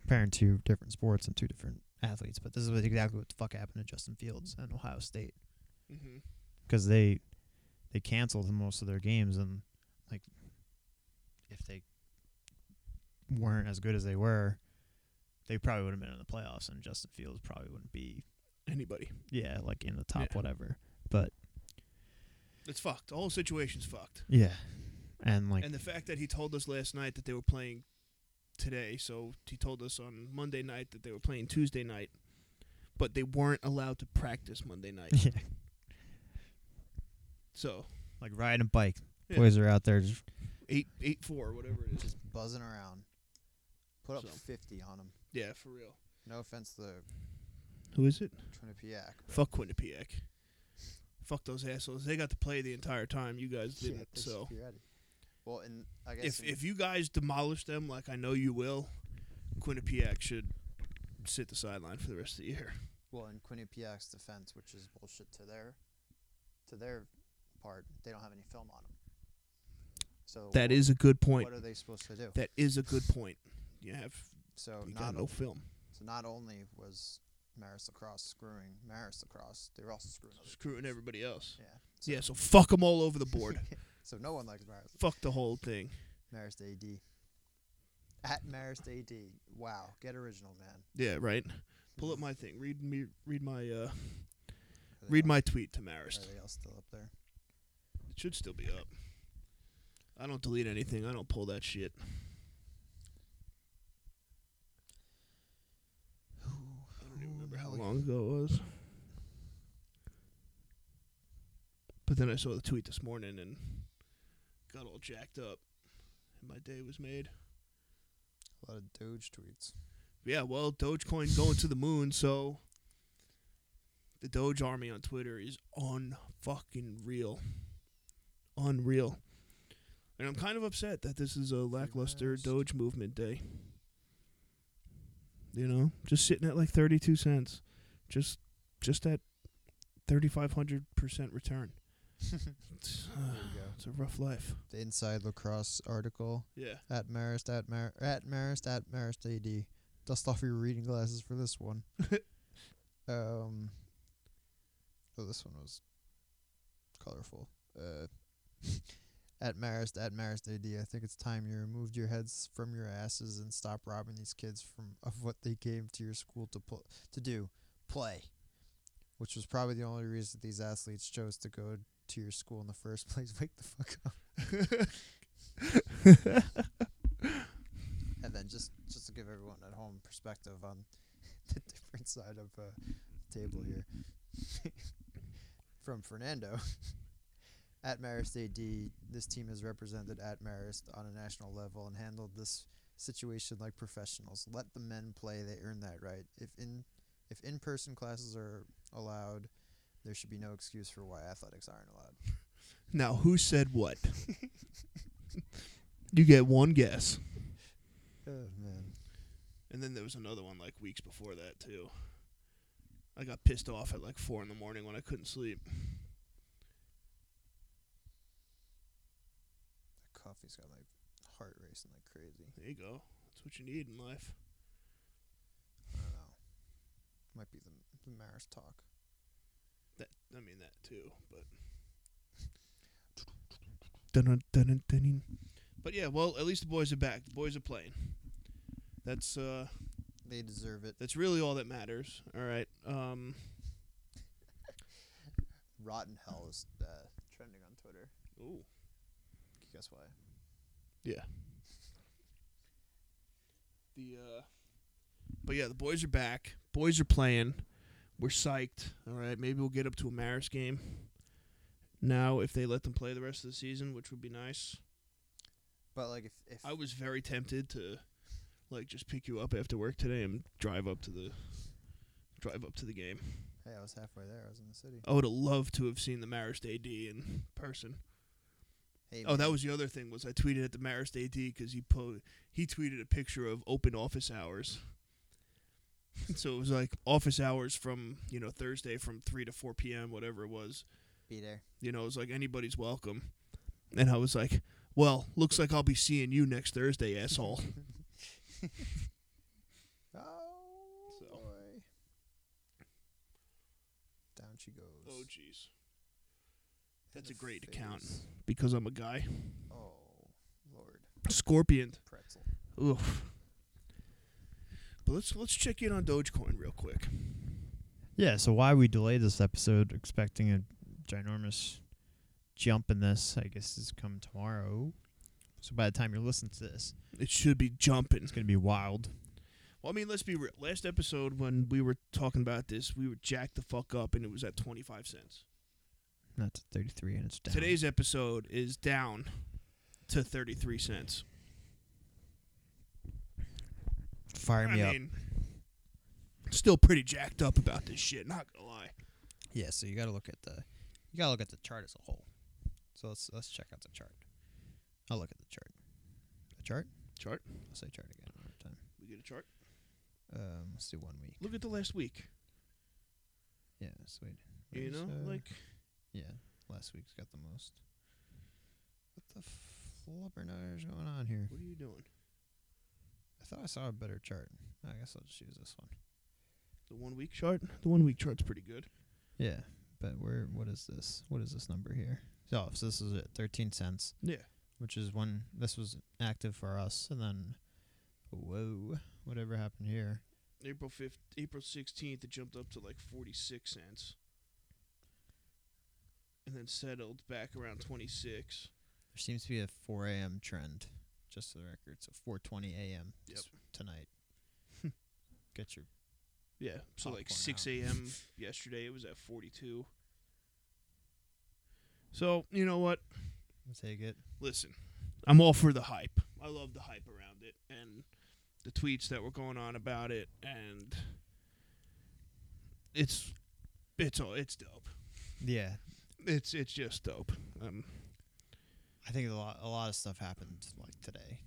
B: comparing two different sports and two different athletes, but this is what exactly what the fuck happened to Justin Fields and Ohio State
A: Mm-hmm.
B: because they they canceled most of their games and like if they weren't as good as they were, they probably would have been in the playoffs and Justin Fields probably wouldn't be
A: Anybody.
B: yeah like in the top
A: Yeah.
B: whatever.
D: But
A: It's fucked. The whole situation's fucked.
D: yeah, and like
A: And the fact that he told us last night that they were playing today, so he told us on Monday night that they were playing Tuesday night, but they weren't allowed to practice Monday night.
D: yeah,
A: So
D: like riding a bike.
A: Yeah.
D: Boys are out there just
A: eight eight four, whatever it is.
B: just buzzing around. Put up
A: So.
B: 50 on him.
A: Yeah, for real.
B: No offense to
A: Who is it?
B: Quinnipiac. but
A: Fuck Quinnipiac. Fuck those assholes. They got to play the entire time. You guys
B: yeah,
A: didn't.
B: they should
A: so
B: be ready. Well, and I guess
A: if
B: in-
A: if you guys demolish them like I know you will, Quinnipiac should sit the sideline for the rest of the year.
B: well in Quinnipiac's defense, which is bullshit to their to their part, they don't have any film on them. So
A: That is a good point.
B: what are they supposed to do?
A: That is a good point. You have
B: so
A: you
B: Oh, not
A: got no film.
B: so not only was Maris Lacrosse screwing Maris Lacrosse, they were also screwing other
A: Screwing
B: teams.
A: everybody else.
B: Yeah. So,
A: Yeah, so fuck them all over the board.
B: So no one likes Maris.
A: fuck the whole thing.
B: Marist AD. At Marist AD. Wow, get original, man.
A: Yeah, right. Pull up my thing. Read me. Read my. Uh,
B: Are they
A: read
B: all-
A: my tweet to
B: Are
A: Marist.
B: they all still up there?
A: It should still be up. I don't delete anything. I don't pull that shit. I don't even remember how long ago it was. But then I saw the tweet this morning and got all jacked up, and my day was made.
B: A lot of Doge tweets.
A: Yeah, well, Dogecoin going to the moon, so the Doge army on Twitter is unfucking real. Unreal. And I'm kind of upset that this is a lackluster
B: Reversed.
A: Doge movement day. You know, just sitting at like 32 cents. Just just at 3500% return. it's, uh,
B: There you go.
A: it's a rough life.
B: The Inside Lacrosse article
A: Yeah.
B: at Marist at Mar at Marist at Marist AD. Dust off your reading glasses for this one. um. Oh, this one was colorful. Uh. At Marist, at Marist AD, I think it's time you removed your heads from your asses and stop robbing these kids from of what they came to your school to pl- to do, play, which was probably the only reason these athletes chose to go to your school in the first place. Wake the fuck up. and then just just to give everyone at home perspective on the different side of uh, the table here from Fernando at Marist AD this team has represented at Marist on a national level and handled this situation like professionals let the men play they earn that right if in if in-person classes are allowed there should be no excuse for why athletics aren't allowed
A: Now, who said what? you get one guess.
B: oh man
A: And then there was another one like weeks before that too. I got pissed off at like four in the morning when I couldn't sleep.
B: that coffee's got my heart racing like crazy
A: There you go. That's what you need in life.
B: I don't know. Might be the, the Maris talk.
A: That I mean that too, but. Dun-dun, dun-dun, dun-dun. But yeah, well, at least the boys are back. The boys are playing. That's uh,
B: They deserve it.
A: that's really all that matters. All right. Um,
B: Rotten Hell is uh, trending on Twitter.
A: ooh,
B: Can you Guess why?
A: the uh, but yeah, the boys are back. Boys are playing. We're psyched. All right, maybe we'll get up to a Maris game. Now, if they let them play the rest of the season, which would be nice.
B: But like, if if
A: I was very tempted to, like, just pick you up after work today and drive up to the, drive up to the game.
B: hey, I was halfway there. I was in the city.
A: I would have loved to have seen the Marist AD in person.
B: Hey,
A: Oh, that
B: man,
A: was the other thing was I tweeted at the Marist AD because he po- he tweeted a picture of open office hours. so it was like office hours from you know Thursday from three to four p.m. whatever it was.
B: be there.
A: You know it was like anybody's welcome, and I was like, well, looks like I'll be seeing you next Thursday, asshole.
B: Oh
A: So.
B: boy. Down she goes.
A: oh, jeez,
B: In
A: that's
B: the
A: a great account.
B: face.
A: because I'm a guy.
B: Oh lord,
A: Scorpion.
B: pretzel.
A: Oof. But let's let's check in on Dogecoin real quick.
D: yeah. So why we delayed this episode, expecting a
B: ginormous jump in this. I guess is coming tomorrow. So by the time you're listening to this,
A: It should be jumping.
B: it's gonna be wild.
A: Well, I mean, let's be real. Last episode when we were talking about this, we were jacked the fuck up, and it was at twenty five cents.
B: Not to 33, and it's down.
A: Today's episode is down to thirty three cents.
B: fire me
A: I
B: up.
A: mean, still pretty jacked up about this shit. Not gonna lie.
C: Yeah, so you got to look at the you got to look at the chart as a whole. So let's let's check out the chart. I'll look at the chart. The chart?
A: Chart.
C: I'll say chart again one more time.
A: We get a chart.
C: Um, let's do one week.
A: Look at the last week.
C: Yeah, sweet.
A: You know, like
C: yeah, last week's got the most. What the flubbernutter is going on here?
A: what are you doing?
C: I thought I saw a better chart. I guess I'll just use this one.
A: The one week chart. The one week chart's pretty good.
C: Yeah, but where? What is this? What is this number here? So, so this is it, thirteen cents.
A: Yeah.
C: which is when this was active for us, and then whoa, whatever happened here?
A: April fifth, April sixteenth, it jumped up to like forty six cents, and then settled back around twenty six.
C: There seems to be a 4 a.m. trend, just for the record. So 4:20 a.m.
A: Yep.
C: s- tonight. Get your
A: Yeah, so like
C: Popcorn
A: six
C: out.
A: a.m. yesterday, it was at forty two. So you know what?
C: take it.
A: Listen, I'm all for the hype. I love the hype around it and the tweets that were going on about it, and it's it's all it's dope.
B: yeah,
A: It's it's just dope. Um,
C: I think a lot, a lot of stuff happened like today.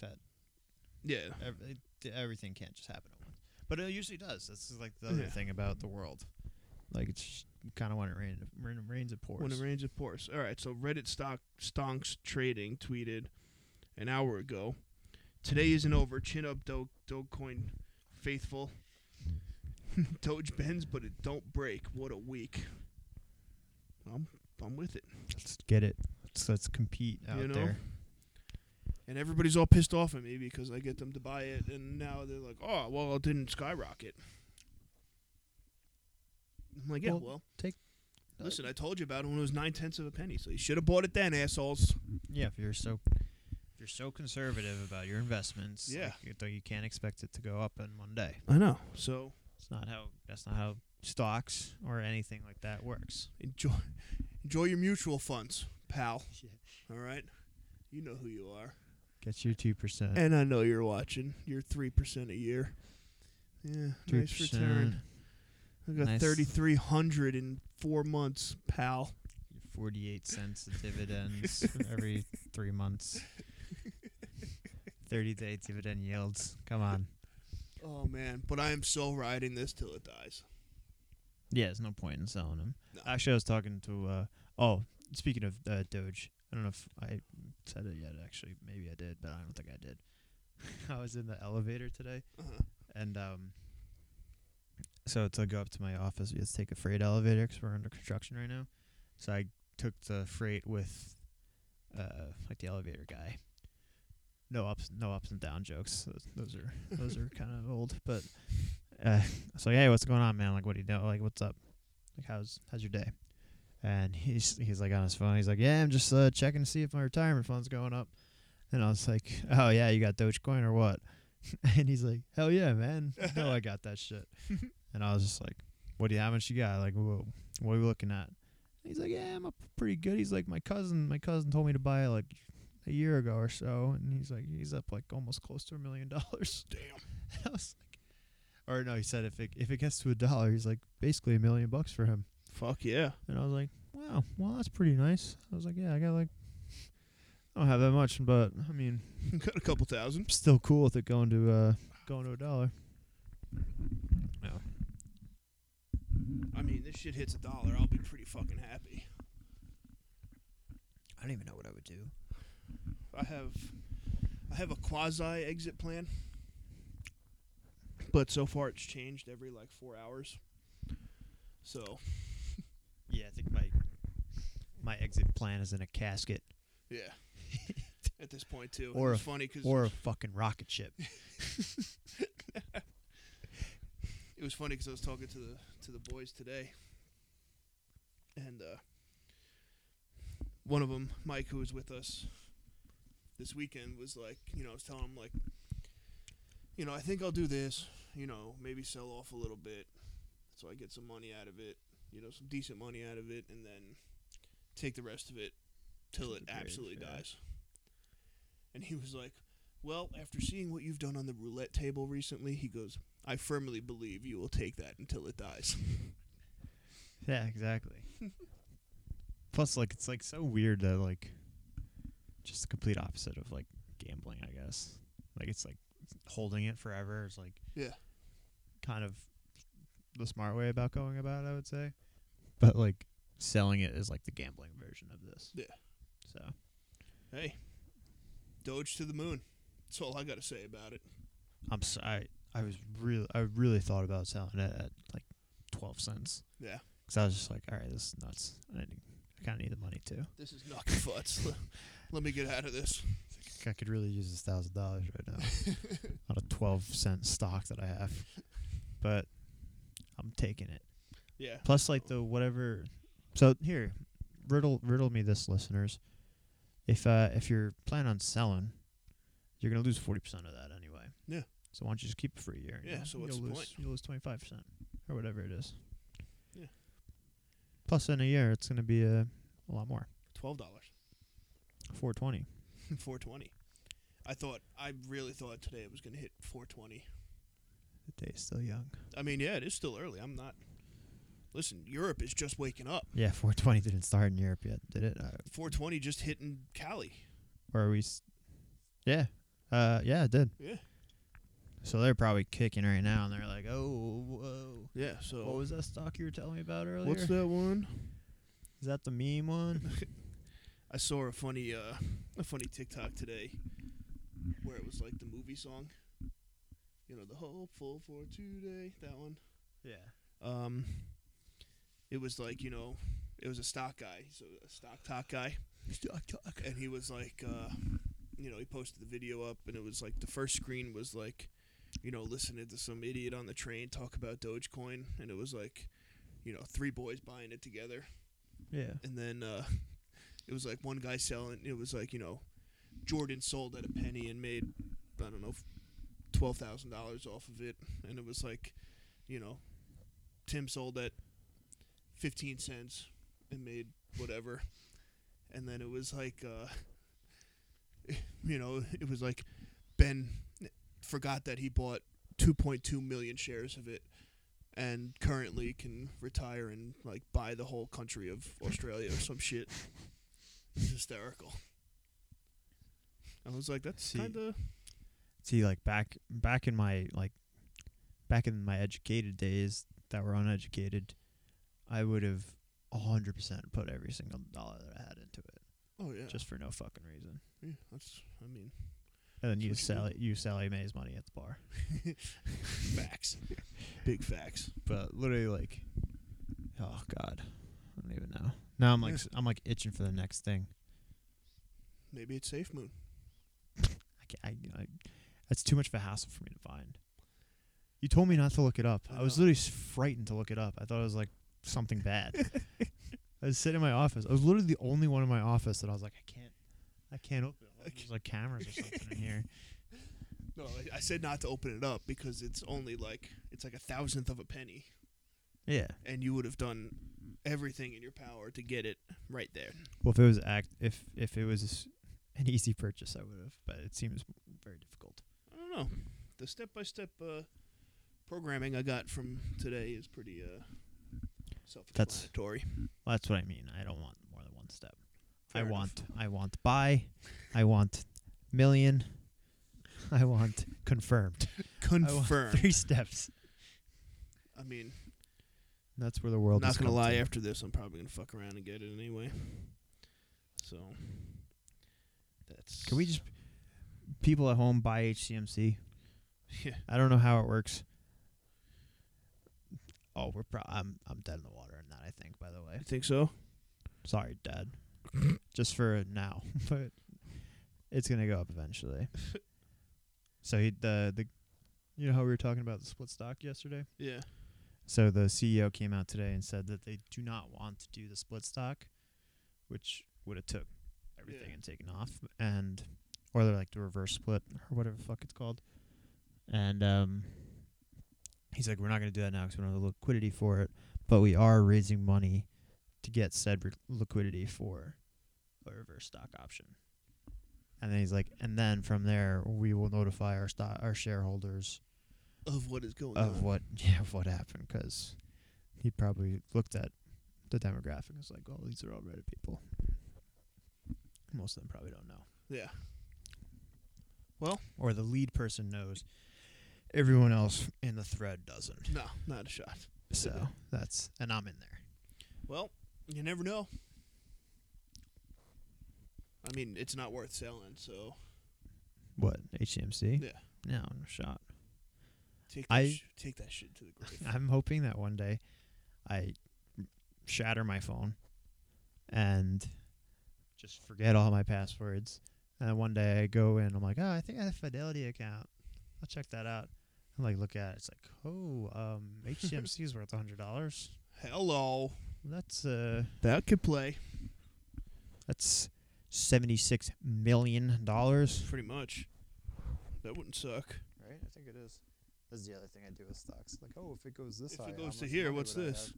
C: That
A: yeah,
C: ev- it- th- everything can't just happen at once, but it usually does. This is like the
A: Yeah.
C: other thing about the world. Like it's kind of when it rains, when it rains, it pours.
A: When a range of pours. All right, so Reddit stock stonks trading tweeted an hour ago. Today isn't over. Chin up, Doge, Dogecoin faithful. Doge bends, but it don't break. What a week. I'm I'm with it,
B: let's get it. Let's let's compete out
A: You know?
B: there.
A: and everybody's all pissed off at me because I get them to buy it, and now they're like, "Oh, well, it didn't skyrocket." I'm like, "Yeah,
C: Well,
A: well, uh,
C: take-
A: Listen, I told you about it when it was nine tenths of a penny, so you should have bought it then, assholes.
B: Yeah, if you're so if you're so conservative about your investments,
A: Yeah.
B: like, you, though you can't expect it to go up in one day.
A: I know. So
B: It's not how that's not how stocks or anything like that works.
A: enjoy enjoy your mutual funds, pal.
B: Yeah.
A: All right. You know who you are.
B: Get your two percent,
A: And I know you're watching. You're 3% a year. Yeah,
B: three
A: nice return. I got
B: Nice.
A: 3300 in 4 months, pal.
B: forty-eight cents of dividends every three months. Thirty-day dividend yields. Come on.
A: Oh man, but I am so riding this till it dies.
B: Yeah, there's no point in selling them.
A: No.
B: Actually, I was talking to. Uh, oh, speaking of uh, Doge, I don't know if I said it yet. Actually, maybe I did, but I don't think I did. I was in the elevator today,
A: Uh-huh.
B: and um, so to go up to my office, we had to take a freight elevator 'cause we're under construction right now. So I took the freight with, uh, like the elevator guy. No ups, no ups and down jokes. Those, those are those are kind of old, but uh, so hey, what's going on, man? Like, what do you know? Like, what's up? Like, how's how's your day? And he's he's like on his phone. He's like, yeah, I'm just uh, checking to see if my retirement fund's going up. And I was like, oh yeah, you got Dogecoin or what? and he's like, hell yeah, man. No, I got that shit. and I was just like, what do you, how much you got? Like, whoa, what are we looking at? And he's like, yeah, I'm up pretty good. He's like, my cousin, my cousin told me to buy like a year ago or so. And he's like, he's up like almost close to a million dollars.
A: Damn.
B: I was like, or no, he said if it if it gets to a dollar, he's like basically a million bucks for him.
A: Fuck yeah.
B: And I was like, wow, well that's pretty nice. I was like, yeah, I got like, I don't have that much, but I mean,
A: got a couple thousand.
B: I'm still cool with it going to uh going to a dollar.
A: I mean, this shit hits a dollar, I'll be pretty fucking happy.
C: I don't even know what I would do.
A: I have I have a quasi exit plan. But so far it's changed every like 4 hours. So,
B: Yeah, I think my my exit plan is in a casket
A: yeah. At this point too.
B: Or
A: it's
B: a-
A: funny cuz
B: or a fucking rocket ship.
A: it was funny cuz I was talking to the to the boys today and uh, one of them, Mike, who was with us this weekend, was like, you know, I was telling him like, you know, I think I'll do this. You know, maybe sell off a little bit, so I get some money out of it. You know, some decent money out of it, and then take the rest of it till
B: To
A: it
B: the grave,
A: absolutely
B: yeah.
A: dies. And he was like, well, after seeing what you've done on the roulette table recently, he goes, I firmly believe you will take that until it dies.
B: Yeah, exactly. Plus, like, it's like so weird that like, just the complete opposite of like gambling, I guess. Like, it's like holding it forever is like,
A: Yeah.
B: kind of the smart way about going about, it, I would say. But like, selling it is like the gambling version of this.
A: Yeah.
B: So
A: Hey, Doge to the moon. That's all I got to say about it.
B: I'm sorry. I was really, I really thought about selling it at like twelve cents
A: Yeah,
B: because I was just like, all right, this is nuts. I, need- I kind of need the money too.
A: this is not futz. Let- Let me get out of this.
B: I could really use this thousand dollars right now on a twelve cent stock that I have, but I'm taking it.
A: Yeah.
B: Plus, like the whatever. So here, riddle riddle me this, listeners. If uh if you're planning on selling, you're gonna lose forty percent of that anyway.
A: Yeah.
B: So why don't you just keep it for a year? and
A: Yeah,
B: you'll-
A: so what's
B: you'll
A: the
B: lose,
A: point?
B: You'll lose twenty five percent or whatever it is.
A: Yeah.
B: Plus, in a year, it's gonna be a, a lot more.
A: Twelve dollars,
B: Four twenty.
A: four twenty. I thought. I really thought today it was going to hit four twenty.
B: The day's still young.
A: I mean, yeah, it is still early. I'm not. Listen, Europe is just waking up.
B: Yeah, four twenty didn't start in Europe yet, did it? Uh,
A: Four twenty just hitting Cali.
B: or are we? S- yeah, uh, yeah, it did.
A: Yeah.
B: So they're probably kicking right now, and they're like, "Oh, whoa!
A: Yeah. So.
B: What was that stock you were telling me about earlier?
A: What's that one?
B: Is that the meme one?
A: I saw a funny uh, a funny TikTok today where it was like the movie song. You know, the hopeful for today, that one.
B: yeah.
A: Um it was like, you know, it was a stock guy, so a stock talk guy. Stock talk. And he was like uh you know, he posted the video up and it was like the first screen was like, you know, listening to some idiot on the train talk about Dogecoin and it was like, you know, three boys buying it together
B: Yeah.
A: and then uh, it was like one guy selling. It was like you know, Jordan sold at a penny and made I don't know twelve thousand dollars off of it, and it was like you know, Tim sold at fifteen cents and made whatever, and then it was like uh, you know it was like Ben forgot that he bought two point two million shares of it and currently can retire and like buy the whole country of Australia or some shit. It's hysterical. I was like, that's
B: See.
A: kind of
B: See, like back back in my like back in my educated days that were uneducated, I would have hundred percent put every single dollar that I had into it
A: oh yeah.
B: just for no fucking reason.
A: yeah, that's I mean
B: And then you
A: That's what you
B: sell it, you Sally Mae's money at the bar.
A: facts, big facts.
B: but literally like oh god i don't even know now i'm like
A: Yeah.
B: s- i'm like itching for the next thing
A: Maybe it's safe moon.
B: i can't I, I, that's too much of a hassle for me to find you told me not to look it up
A: I
B: i, was
A: know.
B: literally s- frightened to look it up i thought it was like something bad i was sitting in my office i was literally the only one in my office that i was like i can't i can't open it there's like cameras or something in here
A: No, I, I said not to open it up because it's only like it's like a thousandth of a penny,
B: yeah
A: and you would have done everything in your power to get it right there.
B: well if it was act if if it was an easy purchase i would have but it seems very difficult
A: I don't know. The step by step programming I got from today is pretty uh, self explanatory.
B: Well, that's what I mean. I don't want more than one step. I
A: Fair enough.
B: want I want buy, I want million, I want confirmed. I want
A: Confirm.
B: three steps.
A: I mean,
B: That's where the world
A: not
B: is
A: gonna lie. After this, I'm probably gonna fuck around and get it anyway. So that's.
B: Can we just people at home buy HCMC?
A: Yeah.
B: I don't know how it works. Oh, we're pro- I'm I'm dead in the water in that I think by the way.
A: You think so?
B: Sorry, Dad. Just for now, but it's gonna go up eventually. so he the the, you know how we were talking about the split stock yesterday.
A: Yeah.
B: So the CEO came out today and said that they do not want to do the split stock, which would have took everything
A: Yeah.
B: and taken off, and or they're like the reverse split or whatever the fuck it's called. And um, he's like, we're not going to do that now because we don't have the liquidity for it, but we are raising money to get said re- liquidity for a reverse stock option. And then he's like, and then from there we will notify our stock, our shareholders
A: of what is going
B: of
A: on.
B: what yeah of what happened because he probably looked at the demographic and was like, oh, these are all Reddit people. Most of them probably don't know,
A: Yeah.
B: or the lead person knows. Everyone else in the thread doesn't.
A: No, not a shot.
B: So that's and I'm in there.
A: Well, you never know. I mean, it's not worth selling, so
B: What HCMC?
A: Yeah.
B: No, no shot.
A: take that,
B: I-
A: sh- take that shit to the grave.
B: I'm hoping that one day I shatter my phone and just forget all my passwords. And then one day I go in, I'm like, oh, I think I have a Fidelity account. I'll check that out. And like look at it, it's like, oh, um, HCMC is worth hundred dollars.
A: Hello.
B: That's uh,
A: That could play.
B: that's seventy six million dollars.
A: Pretty much. That wouldn't suck.
C: Right? I think it is. That's the other thing I do with stocks. Like, oh, if it goes this
A: If it
C: high, how
A: goes to
C: much
A: here,
C: money
A: what's
C: would I
A: this?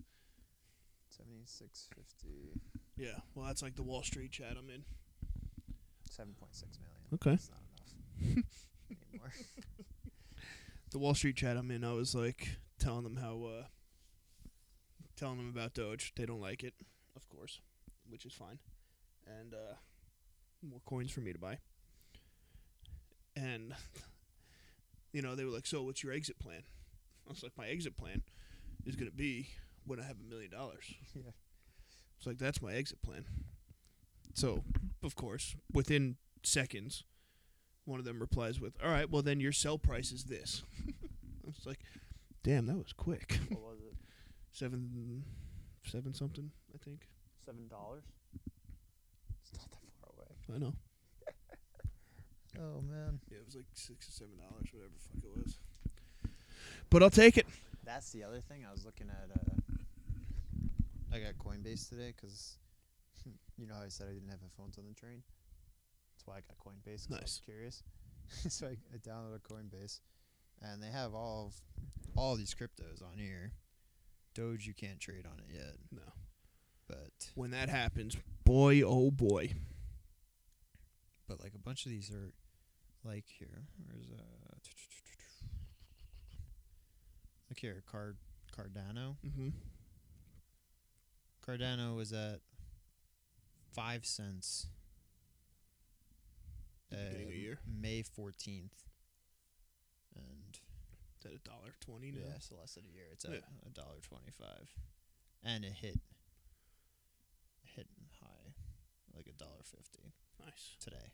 C: have? 76.50,
A: Yeah. Well, that's like the Wall Street chat I'm in.
C: 7.6 million.
A: Okay.
C: It's not enough anymore.
A: The Wall Street chat I'm in, I was like telling them how, uh, telling them about Doge. They don't like it, of course, which is fine. And, uh, more coins for me to buy. And, you know, they were like, so what's your exit plan? I was like, my exit plan is going to be when I have a million dollars.
C: Yeah.
A: It's like, that's my exit plan. So, of course, within seconds, one of them replies with, all right, well, then your sell price is this. I was like, damn, that was quick.
C: What was it?
A: Seven, seven something, I think.
C: Seven dollars? It's not that far away.
A: I know.
C: Oh, man.
A: Yeah, it was like six or seven dollars, whatever the fuck it was. But I'll take it.
C: That's the other thing. I was looking at. Uh, I got Coinbase today because you know how I said I didn't have my phones on the train. That's why I got Coinbase. 'cause I was
A: Nice.
C: curious, so I, I downloaded Coinbase, and they have all of, all these cryptos on here. Doge, you can't trade on it yet,
A: No.
C: but
A: When that happens, boy, oh boy.
C: but like a bunch of these are like here. Where's uh like here Card Cardano.
A: Mm-hmm.
C: Cardano was at five cents.
A: The beginning of the year?
C: May fourteenth, and
A: Is that a dollar twenty now?
C: yeah, it's the less than a year. It's at
A: Yeah.
C: a dollar twenty-five, and it hit hit high, like a dollar fifty
A: Nice.
C: today.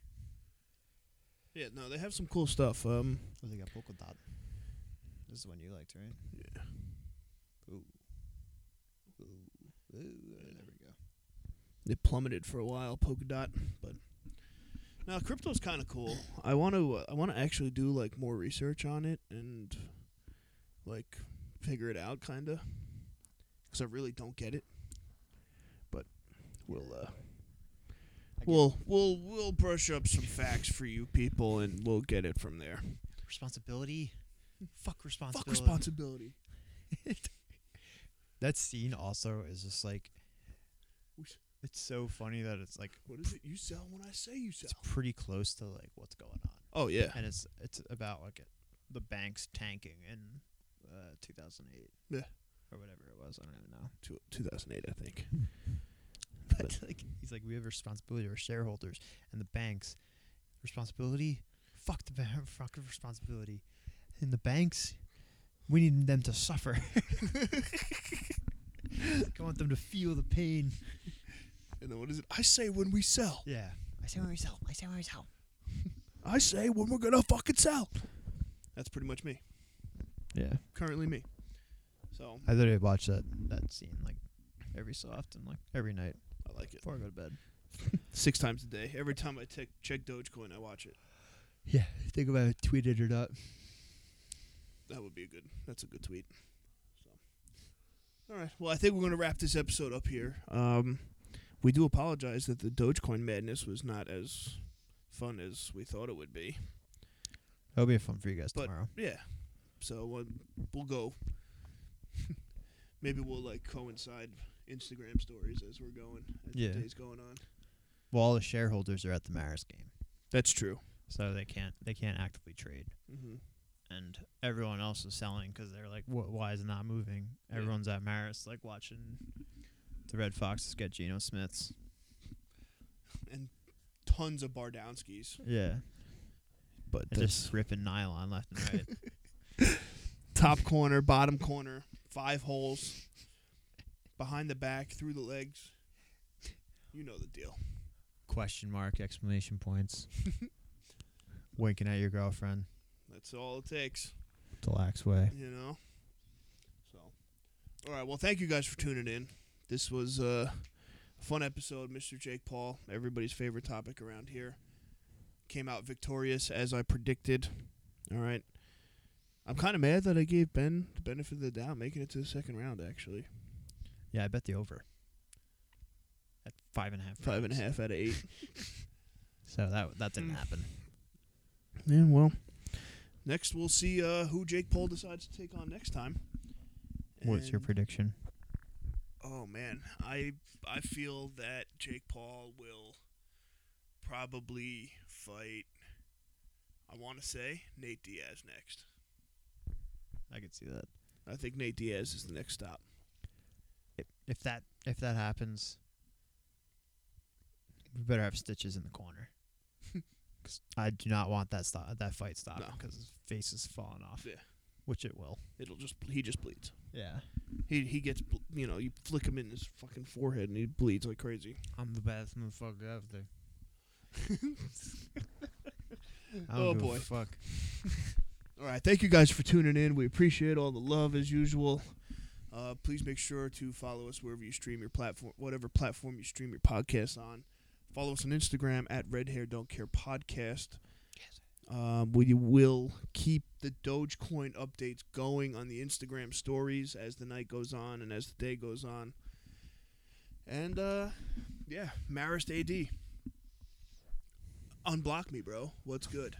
A: Yeah, no, they have some cool stuff. Um,
C: Oh, they got polka dot. This is the one you liked, right?
A: yeah.
C: Ooh, ooh, ooh. uh, There we go.
A: it plummeted for a while, Polkadot, but now crypto's kind of cool. I want to uh, I want to actually do like more research on it and like figure it out kind of cuz I really don't get it. But we'll uh
C: I get
A: we'll we'll we'll brush up some facts for you people and we'll get it from there.
B: Responsibility. Fuck
A: Fuck
B: responsibility.
A: responsibility.
B: that scene also is just like
A: We s-
B: it's so funny that it's like
A: What is it? You sell when I say you sell.
B: it's pretty close to like what's going on
A: Oh yeah.
B: and it's it's about like it, the banks tanking in uh, 2008
A: Yeah.
B: or whatever it was i don't even know
A: Two- 2008 I think.
B: but like he's like we have a responsibility to our shareholders and the banks responsibility fuck the ba- fuck the responsibility and the banks we need them to suffer i want them to feel the pain
A: And then what is it? I say when we sell.
B: yeah i say when we sell i say when we sell
A: I say when we're gonna fucking sell. That's pretty much me.
B: yeah
A: Currently me. So
B: i literally watch that that scene like every so often like every night
A: I like it.
B: before i go to bed
A: Six times a day. Every time I te- check Dogecoin, I watch it.
B: yeah think about it tweeted or not
A: That would be a good. That's a good tweet. So All right. Well, I think we're going to wrap this episode up here. Um, we do apologize that the Dogecoin madness was not as fun as we thought it would be.
B: That'll be fun for you guys
A: But-
B: tomorrow.
A: Yeah. So uh, we'll go. Maybe we'll like coincide Instagram stories as we're going. As
B: Yeah.
A: The day's going on.
B: Well, all the shareholders are at the Maris game,
A: That's true.
B: so they can't they can't actively trade,
A: hmm
B: and everyone else is selling because they're like, "Wh- why is it not moving?
A: Yeah.
B: Everyone's at Maris, like watching the Red Foxes get Geno Smiths.
A: Tons of Bardownskis.
B: Yeah,
A: But
B: and just ripping nylon left and right.
A: top corner, bottom corner, five holes, behind the back, through the legs. You know the deal.
B: Question mark, exclamation points, winking at your girlfriend
A: That's all it takes,
B: the lax way.
A: you know. So, all right. Well, thank you guys for tuning in. This was uh, a fun episode, Mr. Jake Paul, everybody's favorite topic around here. Came out victorious as I predicted. All right. I'm kind of mad that I gave Ben the benefit of the doubt, making it to the second round. Actually,
B: Yeah, I bet the over at five and a half.
A: five and a
B: rounds.
A: half out of eight.
B: So that that didn't
A: Mm.
B: happen.
A: Yeah, well, next we'll see uh, who Jake Paul decides to take on next time.
B: What's your
A: And-
B: prediction?
A: Oh man, I I feel that Jake Paul will probably fight. I want to say Nate Diaz next.
B: I could see that.
A: I think Nate Diaz is the next stop.
B: if, if that if that happens, we better have stitches in the corner. 'Cause I do not want that stop that fight stopped
A: No.
B: because his face is falling off.
A: Yeah.
B: which it will.
A: It'll just he just bleeds.
B: Yeah,
A: He he gets bl- you know you flick him in his fucking forehead and he bleeds like crazy.
B: I'm the best motherfucker ever. I
A: Oh,
B: don't give a
A: boy.
B: fuck.
A: All right. Thank you guys for tuning in. We appreciate all the love as usual. Uh, please make sure to follow us wherever you stream your platform, whatever platform you stream your podcast on. Follow us on Instagram at Red Hair Don't Care Podcast. Um, we will keep the Dogecoin updates going on the Instagram stories as the night goes on and as the day goes on. And uh, yeah, Marist AD, unblock me, bro. What's good?